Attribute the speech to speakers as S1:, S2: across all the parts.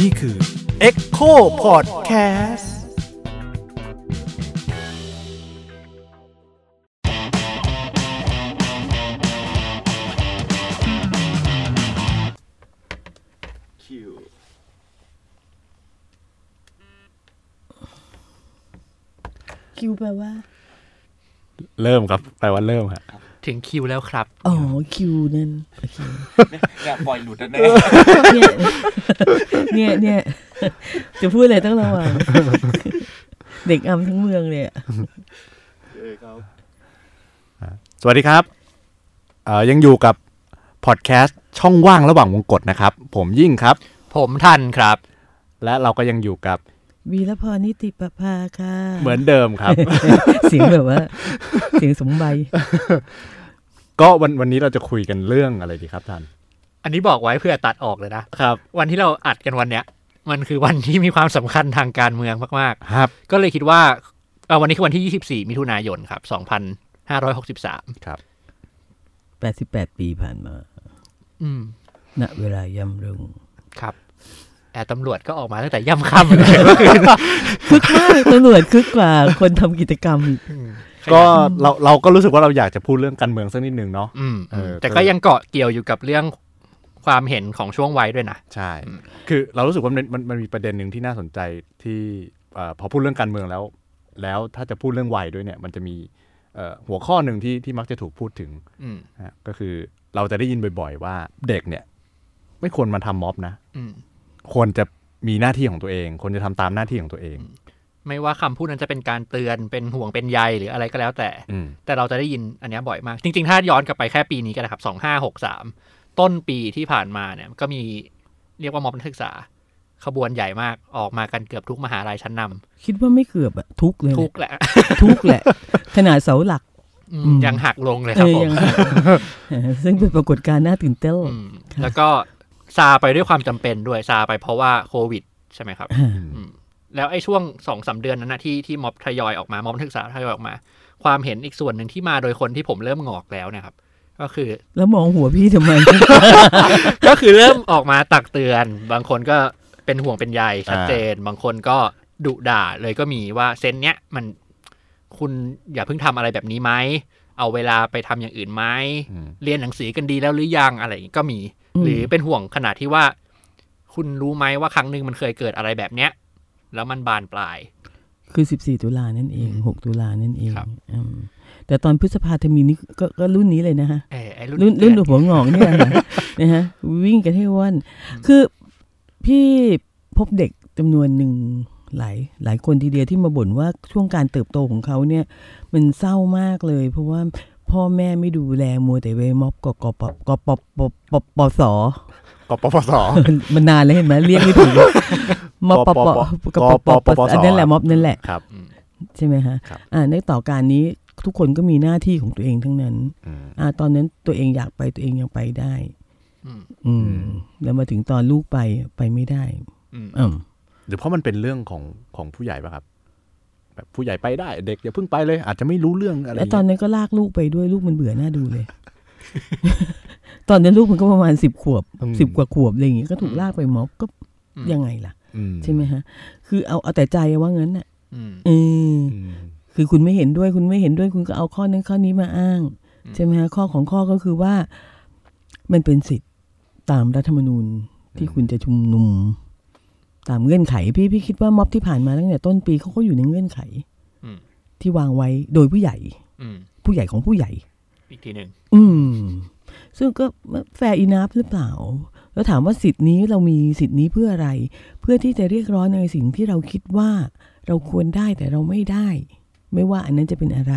S1: นี่คือ Echo Podcast
S2: คิว
S3: คิวแปลว่า
S4: เริ่มครับแปลว่าเริ่มฮะ
S5: ถึงคิวแล้วครับ
S3: อ๋อ คิวนั่น
S2: เนี่ยปล่อยหลุดแล้วแน่
S3: เนี่ยเนี่ยเนี่ยจะพูดอะไรต้องระวัง เด็กอำทั้งเมืองเลยอะ
S4: สวัสดีครับเอ่อยังอยู่กับพอดแคสต์ช่องว่างระหว่างวงกฏนะครับ ผมยิ่งครับ
S5: ผมทันครับ
S4: และเราก็ยังอยู่กับ
S3: วีรพรนิติประภาค่ะ
S4: เหมือนเดิมครับ
S3: เสียงแบบว่า เสียงสมใบ
S4: ก็วันวันนี้เราจะคุยกันเรื่องอะไรดีครับท่าน
S5: อันนี้บอกไว้เพื่อตัดออกเลยนะ
S4: ครับ
S5: วันที่เราอัดกันวันเนี้ย มันคือวันที่มีความสำคัญทางการเมืองมาก
S4: ครับ
S5: ๆ ก็เลยคิดว่าเอ่อวันนี้คือวันที่ 24 มิถุนายนครับ 2563
S4: ครับ
S3: แปดสิบแปดปีผ่านมา
S5: อืม
S3: ณเวลาย่ำรุง
S5: ครับแต่ตำรวจก็ออกมาตั้งแต่ย่ำค่ำ เลยเมื่อคืน
S3: คึกมากตำรวจคึกกว่าคนทำกิจกรรมอีก
S4: ก็เราเราก็รู้สึกว่าเราอยากจะพูดเรื่องการเมืองสักนิดหนึ่งเนาะ
S5: อืม
S4: เออ
S5: แต่ก็ยังเกาะเกี่ยวอยู่กับเรื่องความเห็นของช่วงวัยด้วยนะ
S4: ใช่ คือเรารู้สึกว่ามันมันมันมีประเด็นหนึ่งที่น่าสนใจที่เอ่อพอพูดเรื่องการเมืองแล้ว แล้วถ้าจะพูดเรื่องวัยด้วยเนี่ย มันจะมีเอ่อหัวข้อหนึ่งที่ที่มักจะถูกพูดถึง
S5: อืม
S4: ฮะก็คือเราจะได้ยินบ่อย ๆ ว่าเด็กเนี่ย ไม่ควรมาทำม็อบนะ
S5: อืม
S4: ควรจะมีหน้าที่ของตัวเองควรจะทำตามหน้าที่ของตัวเอง
S5: ไม่ว่าคำพูดนั้นจะเป็นการเตือนเป็นห่วงเป็นใยหรืออะไรก็แล้วแต่
S4: อืม
S5: แต่เราจะได้ยินอันเนี้ยบ่อยมาก จริง ๆ ถ้าย้อนกลับไปแค่ปีนี้กันนะครับสองห้าหกสามต้นปีที่ผ่านมาเนี่ยก็มีเรียกว่าม็อบนักศึกษา ขบวนใหญ่มากออกมากันเกือบทุกมหาลัยชั้นนำ
S3: คิดว่าไม่เกือบอะทุกเลยนะ
S5: ทุกแหละ
S3: ทุกแหละ ขนาดเสาหลัก
S5: อืม
S3: อืม
S5: ยังหักลงเลย
S3: เอ
S5: ครับ
S3: อ
S5: ผม
S3: ยังเออซึ่ง เป็นปรากฏการณ์น่าตื่นเต้น
S5: อืมแล้วก็ซาไปด้วยความจำเป็นด้วยซาไปเพราะว่าโควิดใช่ไหมครับ อืมแล้วไอ้ช่วงสองสามเดือนนั้นนะที่ที่ม็อบทยอยออกมาม็อบนักศึกษาทยอยออกมา ความเห็นอีกส่วนหนึ่งที่มาโดยคนที่ผมเริ่มงอกแล้วเนะครับ ก็คือ
S3: แล้วมองหัวพี่ทำไม
S5: ก็คือเริ่มออกมาตักเตือน บางคนก็เป็นห่วงเป็นใยชัดเจน บางคนก็ดุด่าเลยก็มีว่าเซนเนี้ยมันคุณอย่าเพิ่งทำอะไรแบบนี้ไหมเอาเวลาไปทำอย่างอื่นไหม
S4: อืม
S5: เรียนหนังสือกันดีแล้วหรือยังอะไรอย่างงี้ก็มี
S3: อืม
S5: หรือเป็นห่วงขนาดที่ว่า คุณรู้ไหมว่าครั้งหนึ่งมันเคยเกิดอะไรแบบเนี้ย แล้วมันบานปลาย
S3: คือ 14 ตุลานั่นเอง
S5: อืม
S3: 6 ตุลานั่นเอง
S5: ครับ
S3: อืมแต่ตอนพฤษภาธมินนี่ก็ก็รุ่นนี้เลยนะฮะ
S5: เออไอ้
S3: รุ่
S5: รุ่
S3: นรุ่น
S5: เดือ
S3: หัวงอก เนี่ยนะ นะฮะ วิ่งกันให้ว่อนคือพี่พบเด็กจำนวนหนึ่งหลายหลายคนทีเดียวที่มาบ่นว่าช่วงการเติบโตของเขาเนี่ย มันเศร้ามากเลย เพราะว่าพ่อแม่ไม่ดูแลมัวแต่เวม็อบกกปกปปปปส
S4: กปปส
S3: มันมันนานเลยเห็นไหมเรียกไม่ถูก มปปกปปป
S4: ปปส
S3: อันนั่นแหละม็อบนั่นแหละ
S4: ครับ
S3: ใช่ไหมฮะ
S4: ครับ
S3: อ่าในต่อการนี้ทุกคนก็มีหน้าที่ของตัวเองทั้งนั้น
S4: อืม
S3: อ่า ตอนนั้นตัวเองอยากไปตัวเองยังไปได้
S5: อืม
S3: อื
S4: อื
S3: ม
S4: ม
S3: แล้วมาถึงตอนลูกไปไปไม่ได้
S5: อืม
S3: อืม
S4: หรือเพราะมันเป็นเรื่องของของผู้ใหญ่ป่ะครับ แบบผู้ใหญ่ไปได้ เด็กอย่าเพิ่งไปเลย อาจจะไม่รู้เรื่องอะไร
S3: แล้วตอนนั้นก็ลากลูกไปด้วยลูกมันเบื่อหน้าดูเลย ตอนนั้นลูกมันก็ประมาณสิบขวบ
S4: อืม
S3: สิบกว่าขวบอะไรอย่างเงี้ยก็ถูกลากไปม็อบก็ยังไงล่ะ
S4: อื
S3: ใช่ไหมฮะ คือเอาเอาแต่ใจว่างั้นน่ะ
S5: อืม
S3: เออ
S4: อืม
S3: คือคุณไม่เห็นด้วยคุณไม่เห็นด้วยคุณก็เอาข้อนั้นข้อนี้มาอ้าง
S5: อืม
S3: ใช่ไหมฮะข้อของข้อก็คือว่ามันเป็นสิทธิ์ตามรัฐธรรมนูญที่คุณจะชุมนุม ตามเงื่อนไขพี่พี่คิดว่าม็อบที่ผ่านมาตั้งแต่ต้นปีเขาก็อยู่ในเงื่อนไข
S5: อืม
S3: ที่วางไว้โดยผู้ใหญ่
S5: อืม
S3: ผู้ใหญ่ของผู้ใหญ่
S5: อีกทีหนึ่ง
S3: อืม ซึ่งก็แฟร์อินัฟหรือเปล่า แล้วถามว่าสิทธิ์นี้เรามีสิทธิ์นี้เพื่ออะไร เพื่อที่จะเรียกร้องในสิ่งที่เราคิดว่า เราควรได้แต่เราไม่ได้ ไม่ว่าอันนั้นจะเป็นอะไร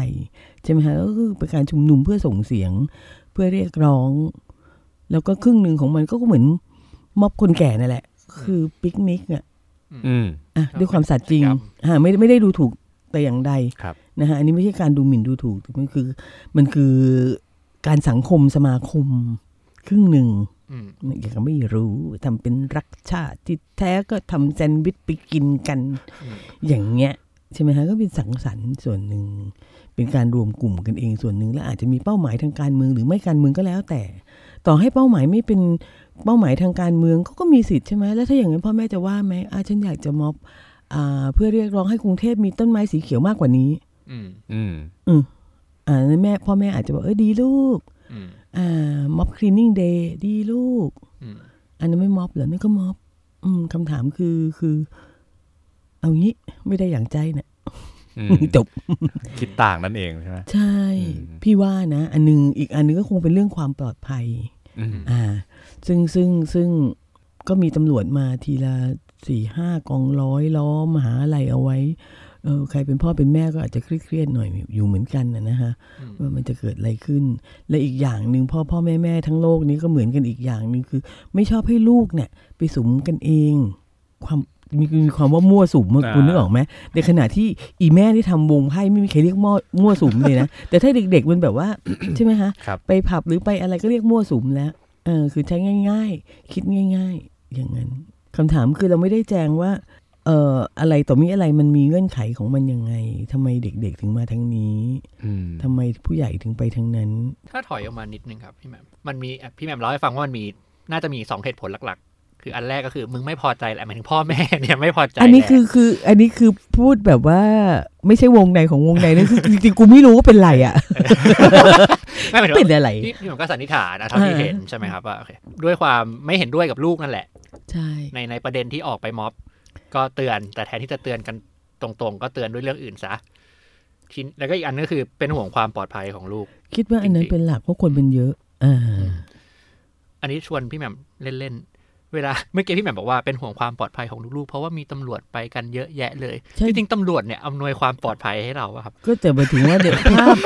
S3: ใช่ไหมคะก็คือเป็นการชุมนุมเพื่อส่งเสียง เพื่อเรียกร้อง แล้วก็ครึ่งหนึ่งของมันก็เหมือนม็อบคนแก่นั่นแหละ คือปิกนิกอ่ะ
S4: อืม
S3: อ่ะด้วยความสัตย์จริงอ่ะไม่ไม่ได้ดูถูกแต่อย่างใด
S4: ครับ
S3: นะฮะอันนี้ไม่ใช่การดูหมิ่นดูถูกแต่มันคือ มันคือการสังคมสมาคม ครึ่งหนึ่ง
S5: อืม
S3: อย่างก็ไม่รู้ทำเป็นรักชาติที่แท้ก็ทำแซนด์วิชไปกินกัน
S5: อืม
S3: อย่างเงี้ยใช่ไหมฮะก็เป็นสังสรรค์ส่วนหนึ่ง เป็นการรวมกลุ่มกันเองส่วนหนึ่งและอาจจะมีเป้าหมายทางการเมืองหรือไม่การเมืองก็แล้วแต่ ต่อให้เป้าหมายไม่เป็นเป้าหมายทางการเมืองเขาก็มีสิทธิ์ใช่ไหมแล้วถ้าอย่างนั้นพ่อแม่จะว่าไหมอาฉันอยากจะม็อบอ่าเพื่อเรียกร้องให้กรุงเทพมีต้นไม้สีเขียวมากกว่านี้
S5: อืม
S4: อืม
S3: อ่าแม่พ่อแม่อาจจะบอกเออดีลูก
S5: อืม
S3: อ่าม็อบคลีนนิ่งเดย์ดีลูก
S5: อืม
S3: อันนั้นไม่ม็อบเหรอนี่นก็ม็อบ อืมคำถามคือคือ เอางี้ไม่ได้อย่างใจเนี่ย
S4: อืม
S3: จบ
S4: คิดต่างนั่นเองใช่ไหม
S3: ใช่
S4: อืม
S3: พี่ว่านะ อันหนึงอีกอันหนึงก็คงเป็นเรื่องความปลอดภัย
S4: อืม
S3: อ่า ซึ่งซึ่งซึ่งก็มีตำรวจมาทีละสี่ห้ากองร้อยล้อมหาอะไรเอาไว้ เออใครเป็นพ่อเป็นแม่ก็อาจจะเครียดๆหน่อยอยู่เหมือนกันนะนะฮะ
S5: อืม
S3: ว่ามันจะเกิดอะไรขึ้น และอีกอย่างหนึ่งพ่อพ่อแม่แม่ทั้งโลกนี้ก็เหมือนกันอีกอย่างหนึ่งคือ ไม่ชอบให้ลูกเนี่ย ไปสุมกันเอง ความมีมีความว่ามั่วสุมอะคุณนึกออกไหมในขณะที่อีแม่ที่ทำวงไพ่ไม่มีใครเรียกมั่วมั่วสุมเลยนะ แต่ถ้าเด็กๆมันแบบว่า ใช่ไหมฮะ
S4: ครับ
S3: ไปผับหรือไปอะไรก็เรียกมั่วสุมแล้ว เออ คือใช้ง่าย ๆ คิดง่าย ๆ อย่างนั้นคำถามคือเราไม่ได้แจงว่า เอ่ออะไรต่อมีอะไรมันมีเงื่อนไขของมันยังไงทำไมเด็ก ๆ ถึงมาทางนี้
S4: อืม
S3: ทำไมผู้ใหญ่ถึงไปทางนั้น
S5: ถ้าถอยออกมานิดนึงครับพี่แหมมมันมีพี่แหมมเล่าให้ฟังว่ามันมีน่าจะมีสองเหตุผลหลักๆ คืออันแรกก็คือมึงไม่พอใจแหละหมายถึงพ่อแม่เนี่ยไม่พอใจ
S3: อันนี้
S5: แหละ
S3: คือคืออันนี้คือพูดแบบว่าไม่ใช่วงในของวงในนะคือ จริงๆกูไม่รู้ว่าเป็นไร อ่ะ
S5: ไม่หมายถึง
S3: เป็นอะไร
S5: ที่ที่ผมก็สันนิษฐานนะเท่าที่
S3: อ่า
S5: เห็นใช่ไหมครับว่าโอเคด้วยความไม่เห็นด้วยกับลูกนั่นแหละ
S3: ใช่
S5: ในในประเด็นที่ออกไปม็อบ ก็เตือนแต่แทนที่จะเตือนกันตรงๆ ก็เตือนด้วยเรื่องอื่นซะทีแล้วก็อีกอันก็คือเป็นห่วงความปลอดภัยของลูก
S3: คิดว่าอันนั้นเป็นหลักเพราะคนเป็นเยอะ อ่า
S5: อันนี้ชวนพี่แหม่มเล่นๆเวลาเมื่อกี้พี่แหม่มบอกว่าเป็นห่วงความปลอดภัยของลูกๆเพราะว่ามีตำรวจไปกันเยอะแยะเลย
S3: ใช่
S5: จริงๆตำรวจเนี่ยอำนวยความปลอดภัยให้เราอะครับ
S3: ก็แต่หมายถึงว่าเด็กภาพ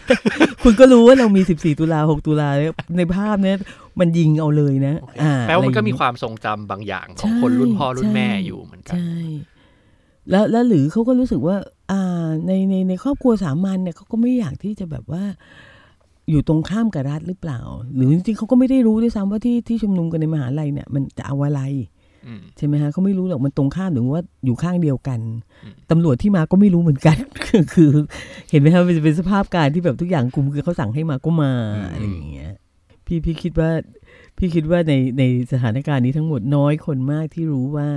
S3: คุณก็รู้ว่าเรามี 14 ตุลา6ตุลาเนี่ยในภาพเนี้ยมันยิงเอาเลยนะ อ่า
S5: แปลว่ามันก็มี
S3: อะไรอย่งเงี้ย
S5: ความทรงจำบางอย่างของ
S3: ใช่
S5: คนรุ่นพ่อรุ่นแม่
S3: ใช่
S5: อยู่เหมือนกัน
S3: ใช่ แล้วแล้วหรือเขาก็รู้สึกว่า อ่า ในในในครอบครัวสามัญเนี่ยเขาก็ไม่อยากที่จะแบบว่า อยู่ตรงข้ามกับรัฐหรือเปล่า หรือจริงๆเขาก็ไม่ได้รู้ด้วยซ้ำว่าที่ที่ชุมนุมกันในมหาลัยเนี่ย มันจะเอาอะไร
S5: อืม
S3: ใช่ไหมฮะเขาไม่รู้หรอกมันตรงข้ามหรือว่าอยู่ข้างเดียวกัน
S5: อืม
S3: ตำรวจที่มาก็ไม่รู้เหมือนกัน คือคือ เห็นไหมฮะเป็นเป็นสภาพการที่แบบทุกอย่างคุมคือเขาสั่งให้มาก็มา
S4: อืม
S3: อะไรอย่างเงี้ยพี่พี่คิดว่า พี่คิดว่าในในสถานการณ์นี้ทั้งหมดน้อยคนมากที่รู้ว่า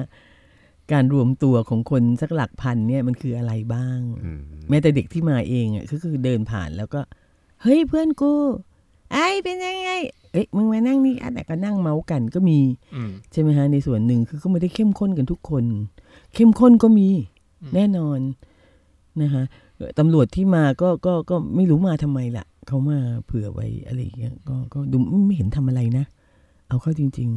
S3: การรวมตัวของคนสักหลักพันเนี่ยมันคืออะไรบ้าง
S4: อืม
S3: แม้แต่เด็กที่มาเองอ่ะก็คือเดินผ่านแล้วก็ เฮ้ยเพื่อนกูไอ้ยเป็นยังไง เอ้ยมึงมานั่งนี่อันไหนก็นั่งเมาส์กันก็มี
S5: อืม
S3: ใช่ไหมฮะในส่วนหนึ่งคือก็ไม่ได้เข้มข้นกันทุกคน เข้มข้นก็มี
S5: อืม
S3: แน่นอนนะคะตำรวจที่มาก็ก็ก็ไม่รู้มาทำไมล่ะ เขามาเผื่อไว้อะไรอย่างเงี้ยก็ก็ดูไม่เห็นทำอะไรนะ เอาเข้าจริง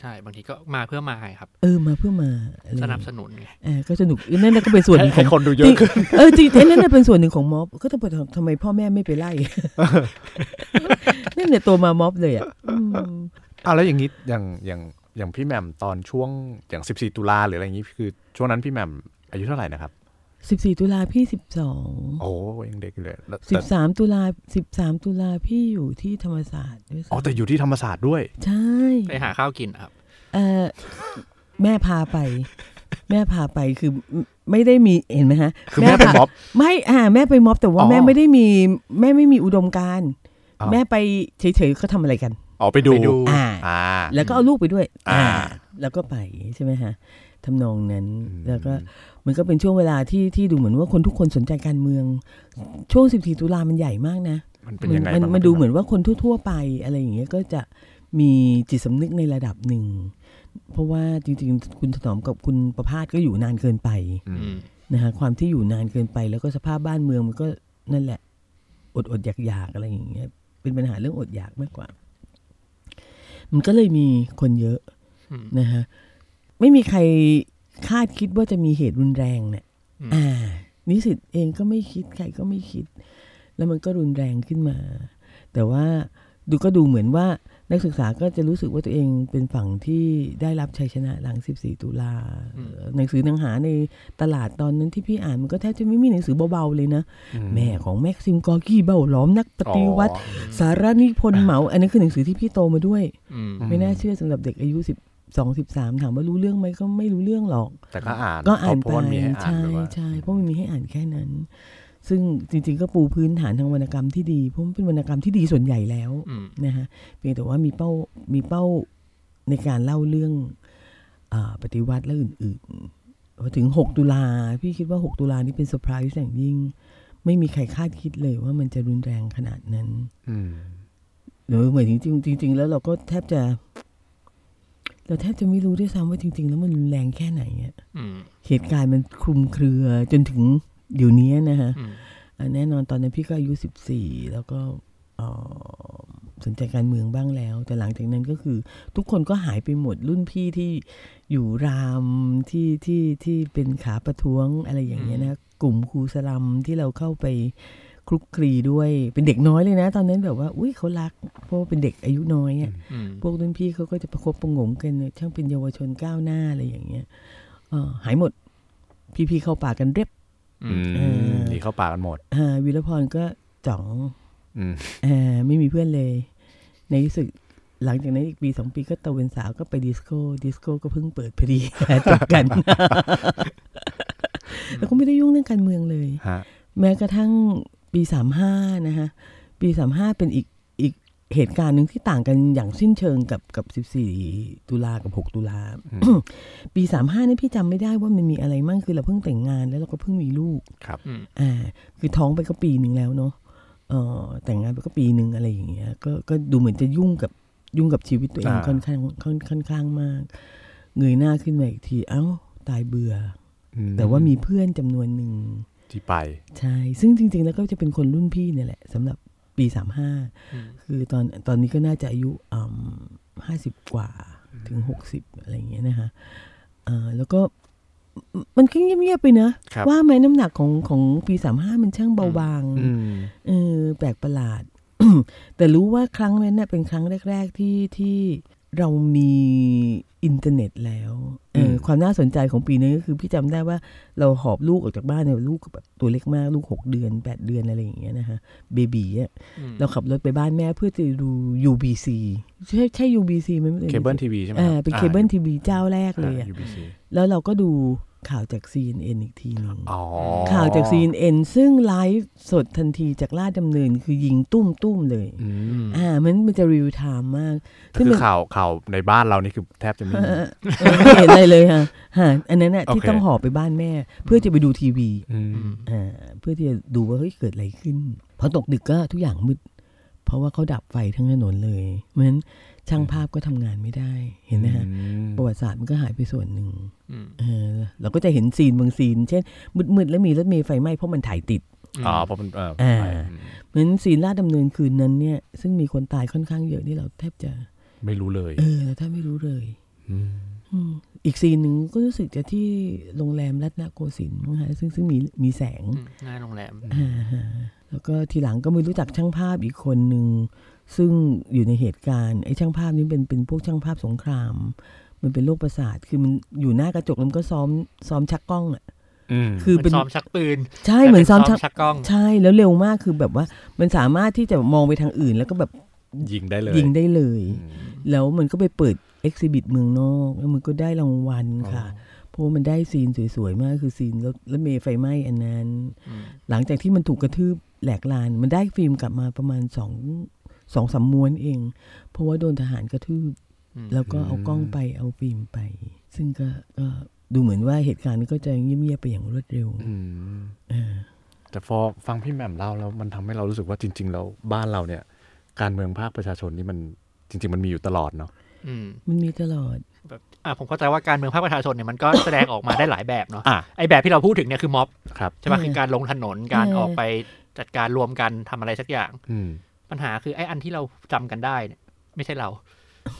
S5: ใช่บางทีก็มาเพื่อมาครับ
S3: ๆ เออมาเพื่อมาอะไร
S5: สนับสนุนไง
S3: เออก็สนุกนั่นน่ะก็เป็นส่วนหนึ่งข
S4: ให้
S3: อ ง
S4: คนดูเยอะขึ้น
S3: เออจริงๆนั่นน่ะเป็นส่วนหนึ่งของม็อบก็ทำไมทำไมพ่อแม่ไม่ไปไล่ นั่นเนี่ยตัวมาม็อบเลยอ่ะอืม
S4: อ่ะแล้วอย่างนี้อย่างอย่างอย่างพี่แหม่มตอนช่วงอย่าง 14 ตุลาหรืออะไรอย่างนี้คือช่วงนั้นพี่แหม่มอายุเท่าไหร่นะครับ
S3: สิบสี่ตุลาพี่สิบสอง
S4: โอ้ยังเด็กอยู่เลยแล้ว
S3: สิ
S4: แต่
S3: บสามตุลาสิบสามตุลาพี่อยู่ที่ธรรมศาสตร์ด้วยซ้ำ
S4: อ๋อแต่อยู่ที่ธรรมศาสตร์ด้วย
S3: ใช่
S5: ไปหาข้าวกินครับ
S3: เออแม่พาไป แม่พาไปคือไม่ได้มีเห็นไหมฮะ
S4: คือแม่เป็นม็อบ
S3: ไม่อ่า แม่ไปม็อบแต่ว่า
S4: อ๋อ
S3: แม่ไม่ได้มี แม่ไม่มีอุดมการณ์
S4: อ้าว
S3: แม่ไปเฉยๆเขาทำอะไรกัน
S4: อ๋อไปดู
S5: ไปดู
S3: อ่า
S4: อ่า
S3: แล้วก็เอาลูกไปด้วย
S4: อ่า
S3: แล้วก็ไปใช่ไหมฮะทำนองนั้น
S4: อืม
S3: แล้วก็ มันก็เป็นช่วงเวลาที่ที่ดูเหมือนว่าคนทุกคนสนใจการเมือง ช่วง 14 ตุลามันใหญ่มากนะ
S4: มันเป็นยังไง
S3: มั
S4: บ้าง
S3: มันดูเหมือนว่าคนทั่ว ๆ ไปอะไรอย่างเงี้ยก็จะมีจิตสำนึกในระดับหนึ่ง เพราะว่าจริงๆ คุณถนอมกับคุณประพาสก็อยู่นานเกินไป
S4: อื
S5: อื
S4: ม
S5: ม
S3: นะคะความที่อยู่นานเกินไป แล้วก็สภาพบ้านเมืองมันก็นั่นแหละ อดอดๆอยากๆอะไรอย่างเงี้ยเป็นปัญหาเรื่องอดอยากมากกว่า มันก็เลยมีคนเยอะ
S5: อืม
S3: นะคะไม่มีใครคาดคิดว่าจะมีเหตุรุนแรงเนี่ย
S5: อืม
S3: อ่านิสิตเองก็ไม่คิดใครก็ไม่คิด แล้วมันก็รุนแรงขึ้นมา แต่ว่าดูก็ดูเหมือนว่านักศึกษาก็จะรู้สึกว่าตัวเองเป็นฝั่งที่ได้รับชัยชนะหลัง 14 ตุลา
S5: อืม
S3: หนังสือหนังหาในตลาดตอนนั้นที่พี่อ่านมันก็แทบจะไม่มีหนังสือเบาๆเลยนะ แม่ของแม็กซิมกอร์กี้เบ้าหลอมนักปฏิวัติ
S4: อ๋อ
S3: สารนิพนธ์เหมา อันนั้นคือหนังสือที่พี่โตมาด้วย
S5: อืม
S3: ไม่น่าเชื่อสำหรับเด็กอายุสิบสองสิบสามถามว่ารู้เรื่องไหมก็ไม่รู้เรื่องหรอก
S4: แต่ก็อ่าน
S3: ก็อ่าน
S4: เพ
S3: ไป
S4: ราะว่ามีให้อ่าน
S3: ใช่
S4: แบบว่า
S3: ใช่เพราะมันมีให้อ่านแค่นั้น ซึ่งจริงๆก็ปูพื้นฐานทางวรรณกรรมที่ดีเพราะมันเป็นวรรณกรรมที่ดีส่วนใหญ่แล้ว
S5: อืม
S3: นะฮะเพียงแต่ว่ามีเป้ามีเป้าในการเล่าเรื่องอาปฏิวัติและอื่นๆพอถึง 6 ตุลาพี่คิดว่า 6 ตุลานี่เป็นเซอร์ไพรส์อย่างยิ่ง ไม่มีใครคาดคิดเลยว่ามันจะรุนแรงขนาดนั้น
S4: อืม
S3: หรือเหมือนจริงๆจริง ๆ แล้วเราก็แทบจะ เราแทบจะไม่รู้ด้วยซ้ำว่าจริง ๆ แล้วมันรุนแรงแค่ไหนอะ
S5: อืม
S3: เหตุการณ์มันคลุมเครือจนถึงเดี๋ยวนี้นะฮะ
S5: อืม
S3: อ่ะแน่นอนตอนนั้นพี่ก็อายุสิบสี่แล้วก็เอ่อสนใจการเมืองบ้างแล้ว แต่หลังจากนั้นก็คือ ทุกคนก็หายไปหมดรุ่นพี่ที่อยู่รามที่ที่ที่เป็นขาประท้วงอะไรอย่างเงี้ยนะกลุ่มครูสลัมที่เราเข้าไปคลุกคลีด้วยเป็นเด็กน้อยเลยนะ ตอนนั้นแบบว่า อุ้ยเขารัก เพราะว่าเป็นเด็กอายุน้อยอะ
S5: อืม
S3: พวกรุ่นพี่เขาก็จะประคบประหงมกันเนี่ยช่างเป็นเยาวชนก้าวหน้าอะไรอย่างเงี้ยเอ่อหายหมด พี่ๆเข้าป่ากันเรียบ
S5: อื
S4: อื
S5: ม
S4: มหนีเข้าป่ากันหมด
S3: อ่าวิรพรก็จ๋อง
S4: อืม
S3: อ่าไม่มีเพื่อนเลย ในที่สุดหลังจากนั้นอีกปีสองปีก็ตะเวนสาวก็ไปดิสโก้ดิสโก้ก็เพิ่งเปิดพอดี จบกัน แล้วก็ไม่ได้ยุ่งเรื่องการเมืองเลย
S4: ฮะ
S3: แม้กระทั่งปีสามห้านะฮะ ปีสามห้าเป็นอีกอีกเหตุการณ์หนึ่งที่ต่างกันอย่างสิ้นเชิงกับกับสิบสี่ตุลากับหกตุลา
S4: อืม
S3: ปีสามห้านี่พี่จำไม่ได้ว่ามันมีอะไรมั่งคือเราเพิ่งแต่งงานแล้วเราก็เพิ่งมีลูก
S4: ครับ
S5: อืม
S3: อ่าคือท้องไปก็ปีหนึ่งแล้วเนาะเออแต่งงานไปก็ปีหนึ่งอะไรอย่างเงี้ยก็ก็ดูเหมือนจะยุ่งกับยุ่งกับชีวิตตัวเอง
S4: อ่า
S3: ค่อนข้างค่อนค่อนข้างมาก เงยหน้าขึ้นมาอีกทีเอ้าตายเบื่อ
S4: อื
S3: แต่ว่ามีเพื่อนจำนวนหนึ่ง
S4: ที่ไป
S3: ใช่ ซึ่งจริง ๆ แล้วก็จะเป็นคนรุ่นพี่เนี่ยแหละสำหรับปีสามห้า
S5: อืม
S3: คือตอนตอนนี้ก็น่าจะอายุห้าสิบกว่าถึงหกสิบอะไรอย่างเงี้ยนะคะอ่าแล้วก็มมันก็เงียบๆไปนะ
S4: ครับ
S3: ว่าไหมน้ำหนักของของปีสามห้ามันช่างเบาบาง
S4: อืม
S3: เออแปลกประหลาด แต่รู้ว่าครั้งนั้นน่ะเป็นครั้งแรก ๆ ที่ที่เรามีอินเทอร์เน็ตแล้วเอออความน่าสนใจของปีนั้นก็คือพี่จำได้ว่าเราหอบลูกออกจากบ้านเนี่ยลูกแบบตัวเล็กมากลูกหกเดือนแปดเดือนอะไรอย่างเงี้ยนะคะเบบีอ่ะ
S5: อืม
S3: เราขับรถไปบ้านแม่เพื่อจะดู UBC ใช่ใช่ UBC ไหมไม่รู้
S4: เคเบิลทีวีใช่ไหม
S3: อ่า
S4: รับ
S3: เป็นเคเบิลทีวีเจ้าแรก
S4: อ่า
S3: เลยอ่ะ
S4: UBC
S3: แล้วเราก็ดูข่าวจาก CNN อีกทีหนึง
S4: อ๋อ
S3: ข่าวจาก CNN ซึ่งไลฟ์สดทันทีจากลาดดำเนินคือยิงตุ้มตุ้มๆเลย
S4: อืม
S3: อ่า มันมันจะรีวิวไทม์มาก
S4: คือข่าวข่าวในบ้านเรานี่คือแทบจะไม่มี
S3: เออเออไม่เห็นอะไรเลยฮะ ฮะอันนั้นน่ะ
S4: โอเค
S3: ที่ต้องหอบไปบ้านแม่ เพื่อจะไปดูทีวี
S4: ม
S5: อืม
S3: อ่า เพื่อที่จะดูว่าเฮ้ยเกิดอะไรขึ้น พอตกดึกก็ทุกอย่างมืด เพราะว่าเขาดับไฟทั้งถนนเลย เหมือนช่างภาพก็ทำงานไม่ได้ เห็นไหมฮะ
S4: อืม
S3: ประวัติศาสตร์มันก็หายไปส่วนหนึ่ง
S5: อืม
S3: เออ เราก็จะเห็นซีนบางซีน เช่น มืดๆแล้วมีรถเมล์ไฟไหม้เพราะมันถ่ายติด
S4: อ๋อเพราะมันเออ
S3: อ่า
S4: ไปอืม
S3: เหมือนศีลราชดำเนินคืนนั้นเนี่ย ซึ่งมีคนตายค่อนข้างเยอะนี่เราแทบจะ
S4: ไม่รู้เลย
S3: เออเราแทบไม่รู้เลย
S4: ม
S3: อืมอีกซีนหนึ่งก็รู้สึกจะที่โรงแรมรัตนโกสินทร์มั้งคะซึ่งซึ่งมีมีแสง
S5: อืมหน้าโรงแรม
S3: อ่าฮะแล้วก็ทีหลังก็ไม่รู้จักช่างภาพอีกคนหนึ่งซึ่งอยู่ในเหตุการณ์ไอ้ช่างภาพนี้เป็นเป็นพวกช่างภาพสงคราม มันเป็นโรคประสาทคือมันอยู่หน้ากระจกแล้วมันก็ซ้อมซ้อมชักกล้องอ่ะ
S4: อืม
S3: คือ
S5: เหมื
S3: เป็
S5: อน
S3: น
S5: ซ้อมชักปืน
S3: ใช่เหมือนซ้อม
S5: แต่
S3: ชั
S5: เป็
S3: ก
S5: ชักกล้อง
S3: ใช่แล้วเร็วมากคือแบบว่ามันสามารถที่จะมองไปทางอื่น แล้วก็แบบ
S4: ยิงได้เลย
S3: ยิงได้เลย
S4: อืม
S3: แล้วมันก็ไปเปิดเอ็กซิบิเมืองนอก แล้วมันก็ได้รางวัลค่ะ เพราะว่ามันได้ซีนสวยๆ มากคือซีนรถรถเมล์ไฟไหม้อันนั้น
S5: อืม
S3: หลังจากที่มันถูกกระทืบแหลกลาน มันได้ฟิล์มกลับมาประมาณสองสองสามม้วนเอง เพราะว่าโดนทหารกระทืบ
S5: อืม
S3: แล้วก็เอากล้องไปเอาฟิล์มไป ซึ่งก็ก็ดูเหมือนว่าเหตุการณ์ก็จะเงียบๆไปอย่างรวดเร็ว
S4: อืม
S3: เออ
S4: แต่พอฟังพี่แหม่มเล่าแล้วมันทำให้เรารู้สึกว่าจริง ๆ แล้วบ้านเราเนี่ย การเมืองภาคประชาชนนี่มันจริง ๆ มันมีอยู่ตลอดเนาะ
S5: อืม
S3: มันมีตลอด
S5: แบบอ่ะผมเข้าใจว่าการเมืองภาคประชาชนเนี่ยมันก็ แสดงออกมาได้หลายแบบเนาะ
S4: อ่ะ
S5: ไอแบบที่เราพูดถึงเนี่ยคือม็อบ
S4: ครับ
S5: ใช่ป่ะ
S3: เออ
S5: คือการลงถนนการ
S3: เออ
S5: ออกไปจัดการรวมกันทำอะไรสักอย่าง
S4: อืม
S5: ปัญหาคือไอ้อันที่เราจำกันได้เนี่ยไม่ใช่เรา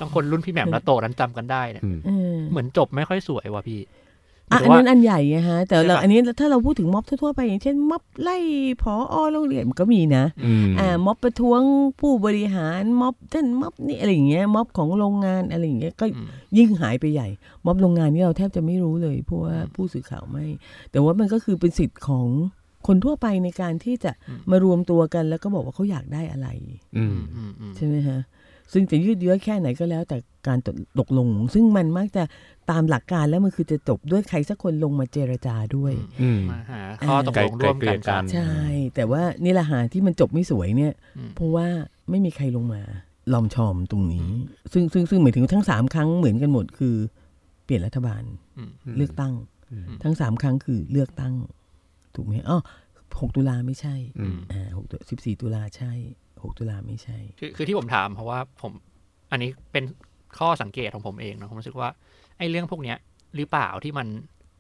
S5: ต้องคนรุ่นพี่แหม่มและโตนั้นจำกันได้เนี่ย
S4: อืม
S3: เออ
S5: เหมือนจบไม่ค่อยสวยว่ะพี่
S3: อะ
S5: หรื
S3: อัน
S5: ว่า
S3: นั้นอันใหญ่ไงฮะ แต่เรา
S5: ใช่ปะ
S3: อันนี้ถ้าเราพูดถึงม็อบทั่วๆไปอย่างเช่นม็อบไล่ผอโรงเรียนมันก็มีนะ
S4: อืม
S3: อ่าม็อบประท้วงผู้บริหารม็อบท่านม็อบนี่อะไรอย่างเงี้ยม็อบของโรงงานอะไรอย่างเงี้ยก็
S5: อืม
S3: ยิ่งหายไปใหญ่ ม็อบโรงงานนี่เราแทบจะไม่รู้เลยเพราะว่า
S5: อืม
S3: ผู้สื่อข่าวไม่ แต่ว่ามันก็คือเป็นสิทธิ์ของคนทั่วไปในการที่จะ
S5: อืม
S3: มารวมตัวกันแล้วก็บอกว่าเขาอยากได้อะไร
S4: อื
S5: อื
S4: ม
S5: มอืมอืม
S3: ใช่ไหมฮะ ซึ่งจะยืดเยื้อแค่ไหนก็แล้ว แต่การตกตกลง ซึ่งมันมักจะตามหลักการแล้วมันคือจะจบด้วยใครสักคนลงมาเจรจาด้วย
S4: อืม
S5: มาหาข้อตกลงร่วม
S4: ไกล
S5: กัน
S4: เกลี่ยกั
S5: กัน น
S3: ใช่ แต่ว่านี่แหละหาที่มันจบไม่สวยเนี่ย
S5: อืม
S3: เพราะว่าไม่มีใครลงมาลอมชอมตรงนี้ ซึ่งซึ่งซึ่งหมายถึงทั้งสามครั้งเหมือนกันหมดคือ เปลี่ยนรัฐบาล
S5: อืม
S3: เลือกตั้ง
S4: อืม
S3: ทั้งสามครั้งคือเลือกตั้ง ถูกไหมอ๋อหกตุลาไม่ใช่
S4: อืม
S3: อ่าหกสิบสี่ตุลาใช่หกตุลาไม่ใช่
S5: คือคือที่ผมถามเพราะว่าผมอันนี้เป็นข้อสังเกตของผมเองเนอะผมรู้สึกว่าไอ้เรื่องพวกเนี้ยหรือเปล่าที่มัน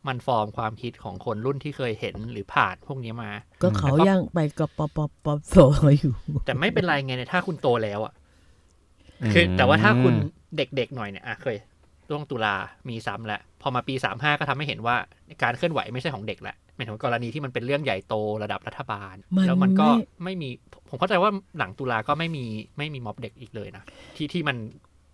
S5: มันฟอร์มความคิดของคนรุ่นที่เคยเห็นหรือผ่านพวกนี้มา
S3: ก็เขายังไปกปปปสอยู่
S5: แต่ไม่เป็นไรไงเนี่ยถ้าคุณโตแล้วอะคือแต่ว่าถ้าคุณเด็กๆหน่อยเนี่ยอ่ะเคยร่วงตุลามีซ้ำแหละพอมาปีสามห้าก็ทำให้เห็นว่าการเคลื่อนไหวไม่ใช่ของเด็กแหละหมายถึงว่ากรณีที่มันเป็นเรื่องใหญ่โตระดับรัฐบาล แล้วมันก็ไม่มีผมเข้าใจว่าหลังตุลาก็ไม่มีไม่มีม็อบเด็กอีกเลยนะที่ที่มัน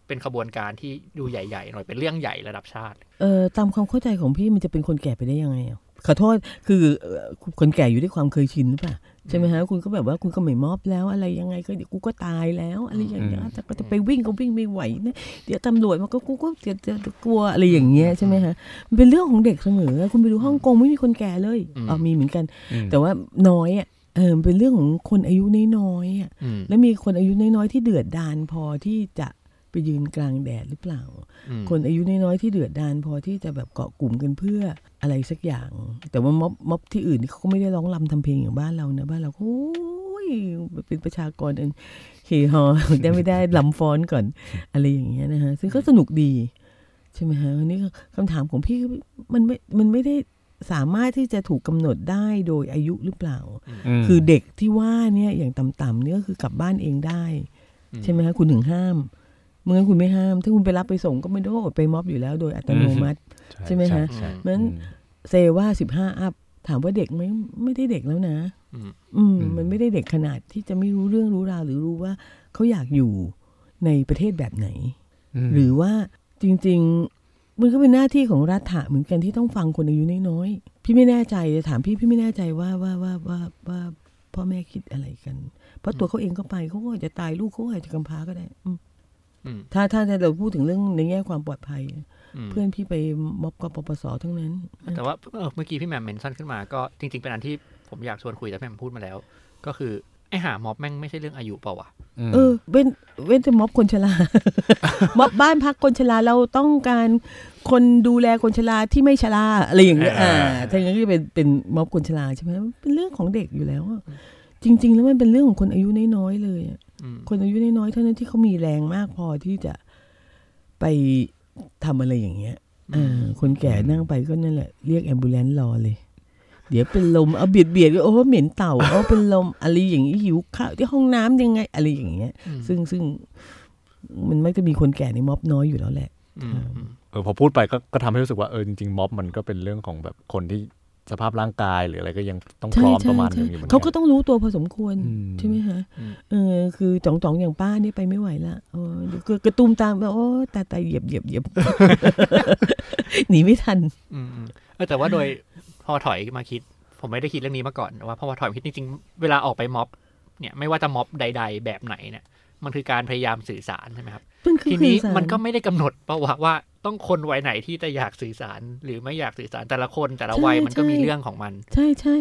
S5: เป็นขบวนการที่ดูใหญ่ๆหน่อยเป็นเรื่องใหญ่ระดับชาติ
S3: เออตามความเข้าใจของพี่มันจะเป็นคนแก่ไปได้ยังไงอ่ะขอโทษคือเอ่อคนแก่อยู่ด้วยความเคยชินหรือเปล่าใช่ไหมฮะคุณก็แบบว่าคุณก็ไม่มอบแล้วอะไรยังไงก็เดี๋ยวกูก็ตายแล้วอะไรอย่างเงี้ย
S4: อืม
S3: แต่ก็จะไปวิ่งก็วิ่งไม่ไหวนะเดี๋ยวตำรวจมันก็กูก็เดี๋ยวจะกลัวอะไรอย่างเงี้ยใช่ไหมฮะมันเป็นเรื่องของเด็กเสมอคุณไปดูฮ่องกงไม่มีคนแก่เลย
S5: อืม
S3: อ๋อมีเหมือนกัน
S4: แต่
S3: แต่ว่าน้อยอ่ะเออมันเป็นเรื่องของคนอายุน้อยๆอ่ะ
S5: อืม
S3: แล้วมีคนอายุน้อยๆที่เดือดดานพอที่จะไปยืนกลางแดดหรือเปล่า
S5: อืม
S3: คนอายุน้อยๆที่เดือดดานพอที่จะแบบเกาะกลุ่มกันเพื่ออะไรสักอย่าง แต่ว่าม็อบม็อบที่อื่นนี่เขาก็ไม่ได้ร้องรำทำเพลงอย่างบ้านเรานะบ้านเราโอ้ยเป็นประชากรอัน เฮฮอ ได้ไม่ได้ลำฟ้อนก่อน อะไรอย่างเงี้ยนะฮะซึ่งก็สนุกดี ใช่ไหมฮะอันนี้คำถามของพี่คือมันไม่มันไม่ได้สามารถที่จะถูกกำหนดได้โดยอายุหรือเปล่า คือเด็กที่ว่าเนี่ยอย่างต่ำๆเนี่ยก็คือกลับบ้านเองได้ ใช่ไหมคะคุณถึงห้ามเมื่อคุณไม่ห้าม ถ้าคุณไปรับไปส่งก็ไม่ได้ว่าอดไปม็อบอยู่แล้วโดยอัตโนมัติ ใช่ไหมฮะ เพราะฉะนั้นเซว่าสิบห้าอัพถามว่าเด็กไหมไม่ได้เด็กแล้วนะ
S5: อืม
S3: อืม
S4: อืม
S3: มันไม่ได้เด็กขนาดที่จะไม่รู้เรื่องรู้ราวหรือรู้ว่าเขาอยากอยู่ในประเทศแบบไหน หรือว่าจริง ๆ มันก็เป็นหน้าที่ของรัฐะเหมือนกันที่ต้องฟังคนอายุน้อยๆพี่ไม่แน่ใจจะถามพี่พี่ไม่แน่ใจว่าว่าว่าว่าว่าพ่อแม่คิดอะไรกัน เพราะตัวเขาเองก็ไปเขาก็อาจจะตายลูกเขาก็อาจจะกำพร้าก็ได้อืม
S5: อืม
S3: ถ้าถ้าเราพูดถึงเรื่องในแง่ความปลอดภัย
S5: อืม
S3: เพื่อนพี่ไปม็อบกปปสทั้งนั้น
S5: แต่ว่าเออเมื่อกี้พี่แหมมเมนชั่นขึ้นมาก็จริง ๆ เป็นอันที่ผมอยากชวนคุยแต่พี่แหมมพูดมาแล้ว ก็คือ ไอหาม็อบแม่งไม่ใช่เรื่องอายุเปล่าวะ
S3: เออเว้นเว้นจะม็อบคนชรา ม็อบบ้านพักคนชราเราต้องการคนดูแลคนชราที่ไม่ชราอะไรอย่างเงี้ย
S4: เอออ่
S3: าถ้าอย่างนั้นก็จะเป็นเป็นม็อบคนชราใช่ไหมมันเป็นเรื่องของเด็กอยู่แล้วอะจริง ๆ แล้วมันเป็นเรื่องของคนอายุน้อยๆเลยอะ
S5: อืม
S3: คนอายุน้อยๆเท่านั้นที่เขามีแรงมากพอที่จะไปทำอะไรอย่างเงี้ยอ่าคนแก่นั่งไปก็นั่นแหละ เรียกแอมบูเลนซ์รอเลย เดี๋ยวเป็นลมเอาเบียดเบียดก็โอ้เหม็นเต่าโอ้เป็นลมอะไรอย่างนี้หิวข้าวที่ห้องน้ำยังไงอะไรอย่างเงี้ย
S5: อืม
S3: ซึ่งซึ่งมันมักจะมีคนแก่ในม็อบน้อยอยู่แล้วแหละ
S5: อืมอืม
S4: เออพอพูดไปก็ก็ทำให้รู้สึกว่าเออจริงๆม็อบมันก็เป็นเรื่องของแบบคนที่สภาพร่างกายหรืออะไรก็ยังต้องพ
S3: ใช่
S4: ร้อมป
S3: ใช่
S4: ระมาณหนึ
S3: ใช่
S4: งอยู่หมืนน
S3: เขาก็ต้องรู้ตัวพอสมควร
S4: อืม
S3: ใช่ไหมฮะเออคือจ่องๆอย่างป้านี่ไปไม่ไหวละเออเดี๋ยวกระกระตุ้มตามแบบโอ้ตายตายเหยียบเหยียบเหยี ยบ หนีไม่ทัน
S5: อืมอืมเออแต่ว่าโดยพอถอยมาคิด ผมไม่ได้คิดเรื่องนี้มาก่อนว่าพอถอยมาคิดจริงๆ เวลาออกไปม็อบเนี่ยไม่ว่าจะม็อบใด ๆ แบบไหนเนี่ยมันคือการพยายามสื่อสารใช่ไหมครับ
S3: มันคือ
S5: ทีนี้
S3: คือสาร
S5: มันก็ไม่ได้กำหนดปะวะว่าต้องคนวัยไหนที่จะอยากสื่อสารหรือไม่อยากสื่อสารแต่ละคนแต่ละวัยมันก็มีเรื่องของมัน
S3: ใช่ใช่